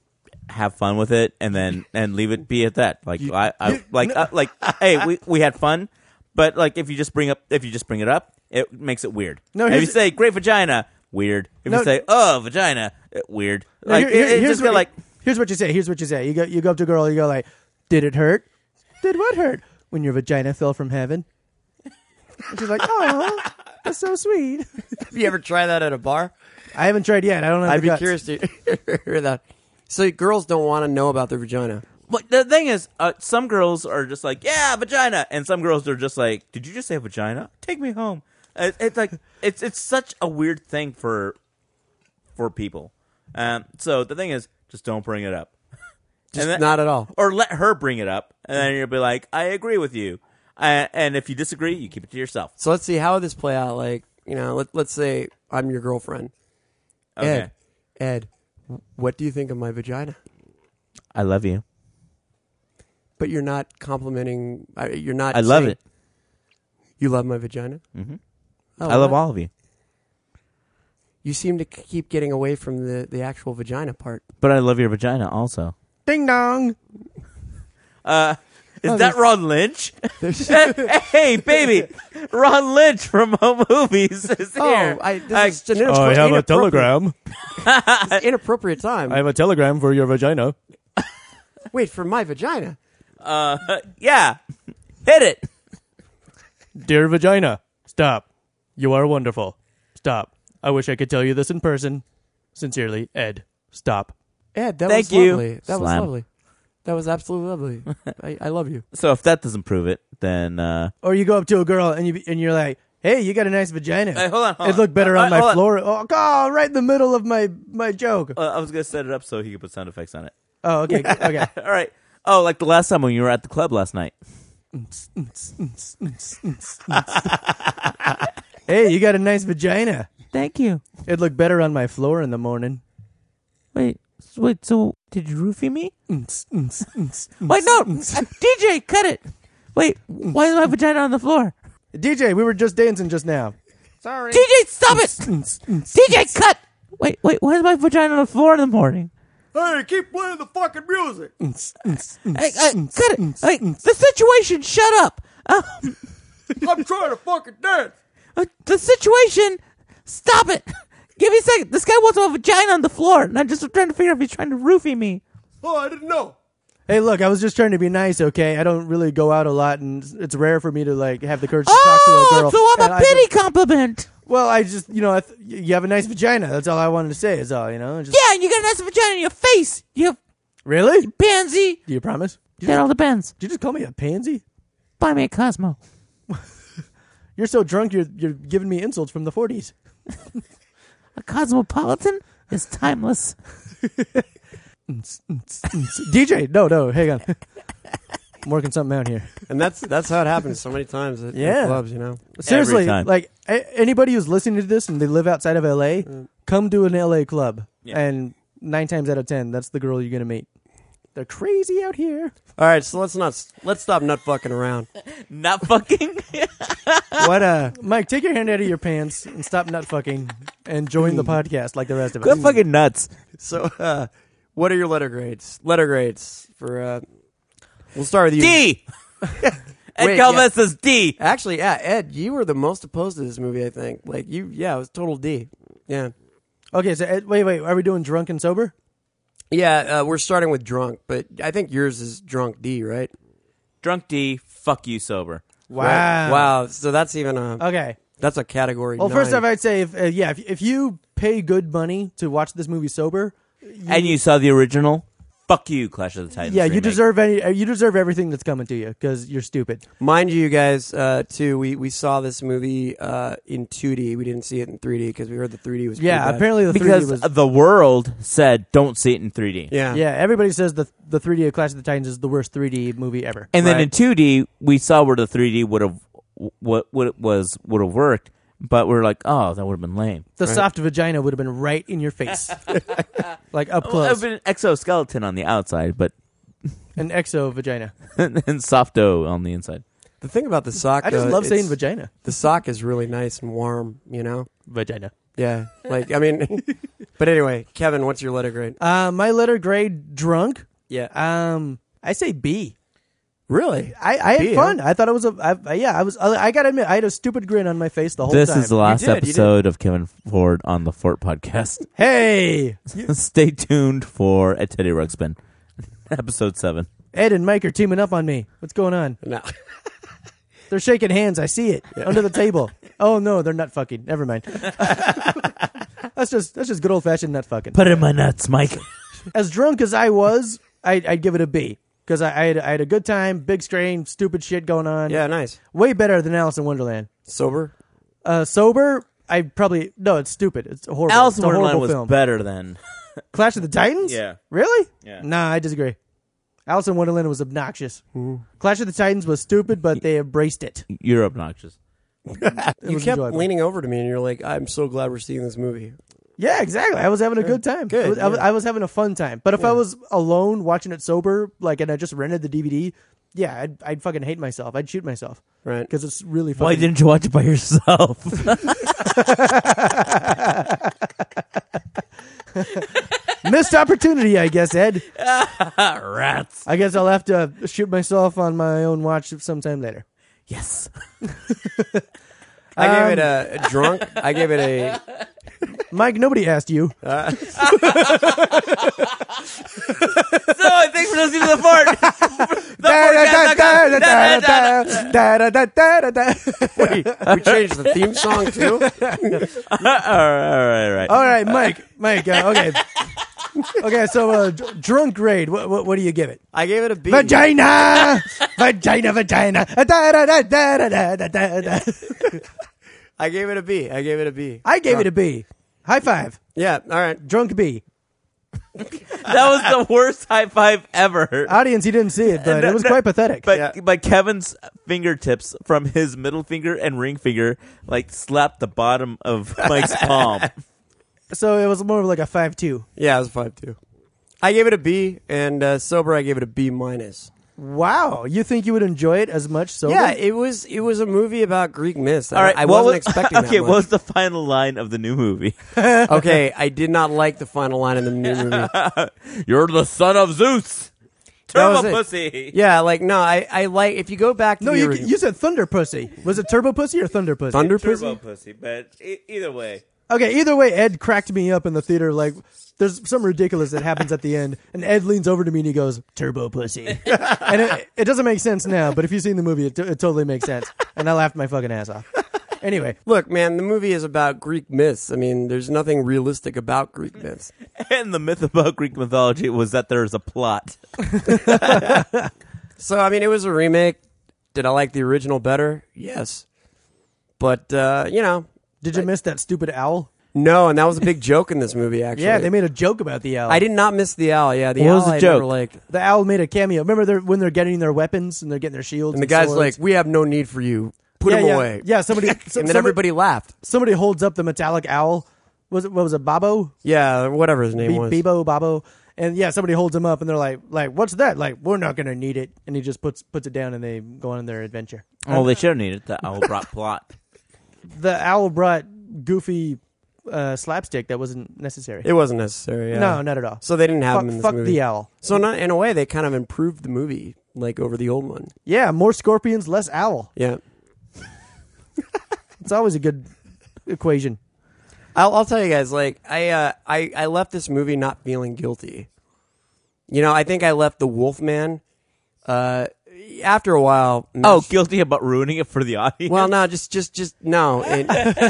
B: have fun with it, and then and leave it be at that. Like I, I like uh, like hey, we we had fun, but like if you just bring up if you just bring it up, it makes it weird.
C: No,
B: if you
C: here's-
B: say great vagina, weird. If
C: No.
B: you say oh vagina, eh, weird. Like
C: Here- here-
B: it- it just
C: what
B: got like
C: you, here's what you say. Here's what you say. You go you go up to a girl. You go like, "Did it hurt? Did what hurt? When your vagina fell from heaven?" And she's like, "Oh, that's so sweet."
I: Have you ever tried that at a bar?
C: I haven't tried yet. I don't have.
I: I'd
C: the
I: be
C: guts.
I: curious to hear that. So girls don't want to know about their vagina.
B: But the thing is, uh, some girls are just like, yeah, vagina, and some girls are just like, did you just say vagina? Take me home. It, it's like it's it's such a weird thing for for people. Um, so the thing is, just don't bring it up,
I: Just
B: And that-
I: not at all.
B: or let her bring it up, and then you'll be like, I agree with you. Uh, and if you disagree, you keep it to yourself.
I: So let's see how would this play out. Like, you know, let, let's say I'm your girlfriend.
B: Okay,
I: Ed, Ed, what do you think of my vagina?
B: I love you.
I: But you're not complimenting. I- You're not.
B: I love
I: saying-
B: it.
I: You love my vagina. Mm-hmm.
B: I love all of you.
I: You seem to k- keep getting away from the the actual vagina part.
B: But I love your vagina also. Uh,
C: Ding dong.
B: Is
I: Oh,
B: that Ron Lynch? hey, baby, Ron Lynch from Home Movies is here.
I: Oh, I, this
B: I-
I: is an inappropriate- it's Inappropriate time.
C: have a telegram for your vagina.
B: Uh,
I: Wait for my vagina.
B: yeah, hit it.
C: Dear vagina, stop. You are wonderful. Stop. I wish I could tell you this in person. Sincerely, Ed. Stop.
I: Ed, that
B: Thank
I: was
B: you.
I: lovely. That was
B: Slam.
I: lovely. That was absolutely lovely. I, I love you.
B: So if that doesn't prove it, then uh,
C: Or you go up to a girl and you and you're like, "Hey, you got a nice vagina."
B: Hey, hold on, hold
C: it
B: on.
C: looked better
B: Uh,
C: on my
B: hold on.
C: floor. Oh God! Right in the middle of my my joke.
B: uh, I was gonna set it up so he could put sound effects on it.
C: Oh, okay, okay.
B: All right. Oh, like the last time when you were at the club last night.
C: hey, you got a nice vagina.
B: Thank you.
C: It looked better on my floor in the morning.
B: Wait, s- wait. So did you roofie me? Wait, no, DJ, cut it. Wait, why is my vagina on the floor?
C: DJ, we were just dancing just now.
B: DJ, stop it! DJ, cut! Wait, wait, why is my vagina on the floor in the morning?
E: Hey, keep playing the fucking music.
B: Hey, uh, cut it! Hey, the situation, shut up! Um,
E: I'm trying to fucking dance.
B: uh, the situation, stop it! Give me a second. This guy wants my vagina on the floor, and I'm just trying to figure out if he's trying to roofie me.
E: Oh, I didn't know.
C: Hey, look, I was just trying to be nice, okay? I don't really go out a lot, and it's- it's rare for me to like have the courage to talk to a
B: Oh,
C: girl.
B: so I'm
C: And
B: a
C: I
B: pity
C: just-
B: compliment.
C: well, I just, you know, I th- you have a nice vagina. That's all I wanted to say. Is all you know. Just,
B: Yeah, and you got a nice vagina in your face. You
C: Really?
B: pansy.
C: Do you promise? Did you,
B: That all depends.
C: did you just call me a pansy?
B: Buy me a Cosmo.
C: You're so drunk, you're you're giving me insults from the 40s.
B: A cosmopolitan is timeless.
C: DJ, no, no, hang on. I'm working something out here.
I: And that's that's how it happens so many times at, at
C: Yeah.
I: clubs, you know.
C: Seriously,
B: time.
C: like a- anybody who's listening to this and they live outside of LA, come to an LA club,
B: Yeah.
C: and nine times out of ten, that's the girl you're gonna meet. They're crazy out here.
I: All right, so let's not let's stop nut fucking around.
B: Not fucking.
C: What? uh Mike, take your hand out of your pants and stop nut fucking and join the podcast like the rest of us.
B: Mm. Good fucking nuts.
I: So, uh, what are your letter grades? Letter grades for uh, we'll start with you.
B: D. Ed
I: Wait,
B: Galvez says D.
I: Actually, yeah, Ed, you were the most opposed to this movie. I think, like you, yeah, it was total D. Yeah,
C: Okay, so Ed, wait, wait, are we doing drunk and sober?
I: yeah. Uh, we're starting with drunk, but I think yours is drunk D, right?
B: Drunk D. Fuck you sober.
I: Right. Wow. So that's even a
C: Ah. Okay.
I: that's a category.
C: Well, first
I: nine.
C: off, I'd say if uh, yeah, if, if you pay good money to watch this movie sober,
B: And you saw the original. Fuck you, Clash of the Titans.
C: yeah, you
B: remake.
C: deserve any, uh, you deserve everything that's coming to you because you're stupid.
I: mind you, guys, uh, too, we we saw this movie uh in 2D. We didn't see it in 3D because we heard the 3D was pretty
C: Yeah,
I: bad.
C: apparently the
B: because
C: 3D was.
B: the world said don't see it in 3D.
I: Yeah.
C: yeah, everybody says the the 3D of Clash of the Titans is the worst 3D movie ever.
B: And then
I: Right.
B: in 2D, we saw where the 3D would have what what it was would have worked, but we're like, oh, that would have been lame.
C: the soft vagina would have been right in your face, like up
B: Well, it would have
C: close,
B: Oh, been an exoskeleton on the outside, but
C: an exo vagina.
B: and softo on the inside.
I: The thing about the sock,
C: I just
I: though,
C: love saying
I: Uh, it's-
C: vagina,
I: The sock is really nice and warm. You know.
C: vagina.
I: Yeah. Like I mean, but anyway, Kevin, what's your letter grade?
C: Uh, my letter grade drunk.
I: Yeah.
C: Um, I say B.
I: Really?
C: I, I
I: B,
C: had
I: huh?
C: fun. I thought it was a I, I- yeah. I was. I, I gotta admit, I had a stupid grin on my face the whole
B: This
C: time.
B: is the last
I: did, you did.
B: episode of Kevin Ford on the Fort Podcast.
C: hey,
B: Stay tuned for a Teddy Ruxpin, episode seven.
C: Ed and Mike are teaming up on me. What's going on?
I: No.
C: They're shaking hands. I see it under the table. Oh no, they're nut fucking. Never mind. that's just that's just good old fashioned nut fucking.
B: Put in my nuts, Mike.
C: as drunk as I was, I, I'd give it a B because I, I, had, I had a good time. Big screen, stupid shit going on.
I: Yeah. Nice.
C: way better than Alice in Wonderland.
I: Sober.
C: Uh, sober. I probably no. It's stupid. It's horrible.
B: Alice
C: it's
B: in
C: a horrible
B: Wonderland was
C: film.
B: better than
C: Clash of the Titans?
B: Yeah.
C: Really?
B: Yeah.
C: Nah, I disagree. Alice in Wonderland was obnoxious. Clash of the Titans was stupid, but they embraced it. it
B: you're obnoxious.
I: You
C: was
I: kept
C: enjoyable.
I: leaning over to me, and you're like, "I'm so glad we're seeing this movie."
C: Yeah, exactly. I was having a good time.
I: Good,
C: I, was, I, was,
I: yeah.
C: I was having a fun time. But if I was alone watching it sober, like, and I just rented the DVD, yeah, I'd, I'd fucking hate myself. I'd shoot myself
I: Right.
C: because it's really fucking.
B: Why didn't you watch it by yourself?
C: missed opportunity? I guess Ed.
B: Rats.
C: I guess I'll have to shoot myself on my own watch sometime later.
B: Yes.
I: I gave it a, a drunk. I gave it a.
C: Mike, nobody asked you.
B: So, thanks for listening to the Fort. the Fort
C: Wait.
I: We changed the theme song too.
B: all right, all right.
C: All right, Mike. Mike. Uh, okay. Okay. So, uh, dr- drunk grade. What, what? What do you give it?
I: I gave it a B.
C: Vagina. vagina. Vagina. Da, da, da, da, da, da, da, da.
I: I gave it a B. I gave it a B.
C: I gave it a B. High five.
I: Yeah. All right.
C: Drunk B.
B: That was the worst high five ever.
C: Audience, you didn't see it, but
B: No,
C: it was
B: no,
C: quite pathetic.
B: But
I: Yeah.
B: but Kevin's fingertips from his middle finger and ring finger like slapped the bottom of Mike's palm.
C: so it was more of like a five-two.
I: Yeah, it was a five two. I gave it a B, and uh, sober, I gave it a B minus.
C: Wow. You think you would enjoy it as much? So
I: Yeah, it was it was a movie about Greek myths.
B: All right,
I: I, I
B: what
I: wasn't
B: was-
I: expecting
B: Okay,
I: that
B: what
I: much.
B: was the final line of the new movie?
I: okay, I did not like the final line in the new movie.
B: You're the son of Zeus.
I: That was
B: Turbo
I: it.
B: pussy.
I: Yeah, like no, I, I like if you go back to
C: No,
I: the
C: you,
I: original-
C: you said Thunder Pussy. Was it Turbo Pussy or Thunder Pussy?
I: Thunder
B: Turbo pussy,
I: Pussy.
B: but e- either way.
C: Okay, either way, Ed cracked me up in the theater. Like, there's something ridiculous that happens at the end, and Ed leans over to me and he goes, "Turbo pussy," and it, it doesn't make sense now. But if you've seen the movie, it, t- it totally makes sense. And I laughed my fucking ass off. Anyway,
I: Look, man, the movie is about Greek myths. I mean, there's nothing realistic about Greek myths.
B: And the myth about Greek mythology was that there's a plot.
I: So I mean, it was a remake. Did I like the original better? Yes, but uh, you know,
C: did you miss that stupid owl?
I: no, and that was a big joke in this movie. Actually,
C: Yeah, they made a joke about the owl.
I: I did not miss the owl. Yeah, the
B: What
I: owl
B: was the
I: I
B: joke?
I: never liked.
C: The owl made a cameo. Remember they're, when they're getting their weapons and they're getting their shields.
I: And the guy's
C: swords?
I: like, "We have no need for you. Put
C: yeah,
I: him
C: yeah,
I: away."
C: Yeah, somebody.
I: and
C: so-
I: then
C: somebody-
I: everybody laughed.
C: somebody holds up the metallic owl. Was it what was it? Babo?
I: Yeah, whatever his name
C: Be-
I: was.
C: Bebo, Babo, and yeah, somebody holds him up, and they're like, "Like, what's that? Like, we're not gonna need it." And he just puts puts it down, and they go on their adventure.
B: Oh, they should have needed the owl brought plot.
C: The owl brought goofy uh, slapstick that wasn't necessary.
I: It wasn't necessary. Yeah.
C: No, not at all.
I: So they didn't have
C: fuck
I: him in this
C: fuck
I: movie.
C: the owl.
I: So not, in a way, they kind of improved the movie, like over the old one.
C: Yeah, more scorpions, less owl.
I: Yeah,
C: It's always a good equation.
I: I'll, I'll tell you guys. Like, I, uh, I, I left this movie not feeling guilty. You know, I think I left the Wolfman. Uh, after a while,
B: Oh, guilty about ruining it for the audience.
I: well, no, just, just, just no, It-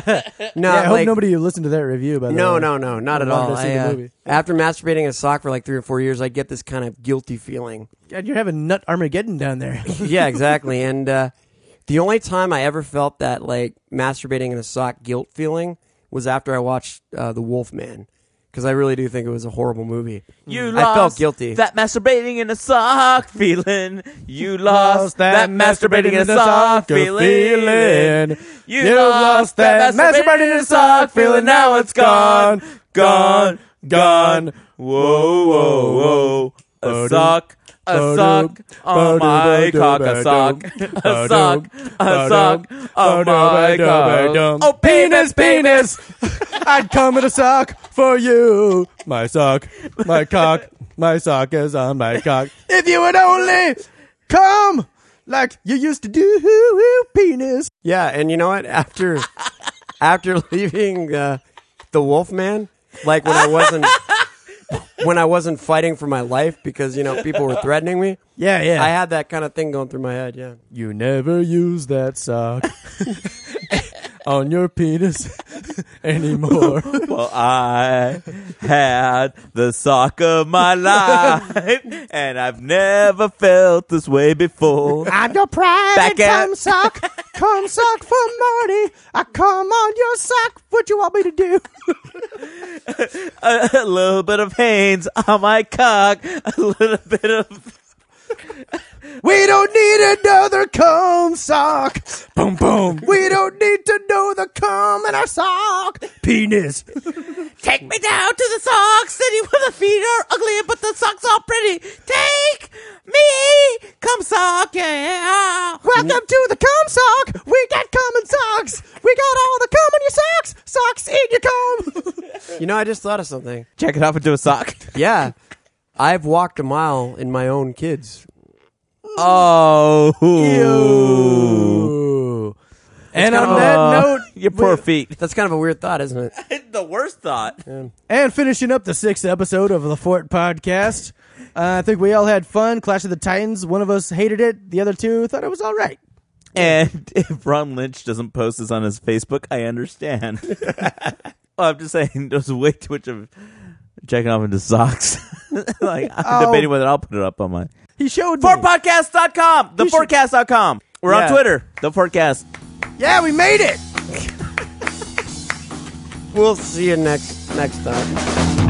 I: no.
C: Yeah, I hope
I: like,
C: nobody listened to that review. By the
I: No,
C: way.
I: no, no, not at
C: wanted to
I: all.
C: see
I: I,
C: the
I: uh,
C: movie.
I: After masturbating in a sock for like three or four years, I get this kind of guilty feeling.
C: God, you're having nut Armageddon down there.
I: yeah, exactly. And uh, the only time I ever felt that like masturbating in a sock guilt feeling was after I watched uh, The Wolfman, because I really do think it was a horrible movie.
B: You
I: I felt
B: lost
I: guilty.
B: That masturbating in a sock feeling. You
C: Lost
B: lost
C: that
B: that masturbating in a sock
C: soccer feeling.
B: feeling.
C: You
B: You lost that masturbating in a sock feeling. Now it's gone, gone, gone. Whoa, whoa, whoa. A sock. A sock on my cock, a sock, a sock, a sock on my cock.
C: Oh, penis, penis! I'd come in a sock for you. My sock, my cock, my sock is on my cock. If you would only come like you used to do, penis.
I: Yeah, and you know what? After after leaving uh, The Wolfman, like when I wasn't when I wasn't fighting for my life because you know people were threatening me,
C: Yeah, yeah.
I: I had that kind of thing going through my head. Yeah.
C: You never use that sock on your penis anymore.
B: Well, I had the sock of my life, and I've never felt this way before.
C: I'm your pride
B: Back
C: and
B: at-
C: come sock. Come sock for money. I come on your sock. What you want me to do?
B: A little bit of Hanes on my cock, a little bit of
C: We don't need another cum sock. Boom, boom. We don't need to know the cum in our sock. Penis.
B: take me down to the sock city where the feet are ugly, but the socks are pretty. Take me, come sock, yeah.
C: Welcome to the cum sock. We got cum in socks. We got all the cum in your socks. Socks in your cum.
I: You know, I just thought of something.
B: Check it off into a sock.
I: Yeah. I've walked a mile in my own kids.
B: Oh,
C: And on that note,
B: Your Oh. Uh, poor feet.
D: That's kind of a weird thought, isn't it?
B: the worst thought.
C: And finishing up the sixth episode of the Fort Podcast. Uh, I think we all had fun. Clash of the Titans. One of us hated it. The other two thought it was all right.
B: And if Ron Lynch doesn't post this on his Facebook, I understand. well, I'm just saying, there's way too much of checking off into socks. like, I'm debating whether I'll put it up on my.
C: He showed me.
B: Forecast.com! Theforecast.com! We're
C: Yeah.
B: on Twitter, The Forecast.
C: Yeah, we made it.
D: We'll see you next next time.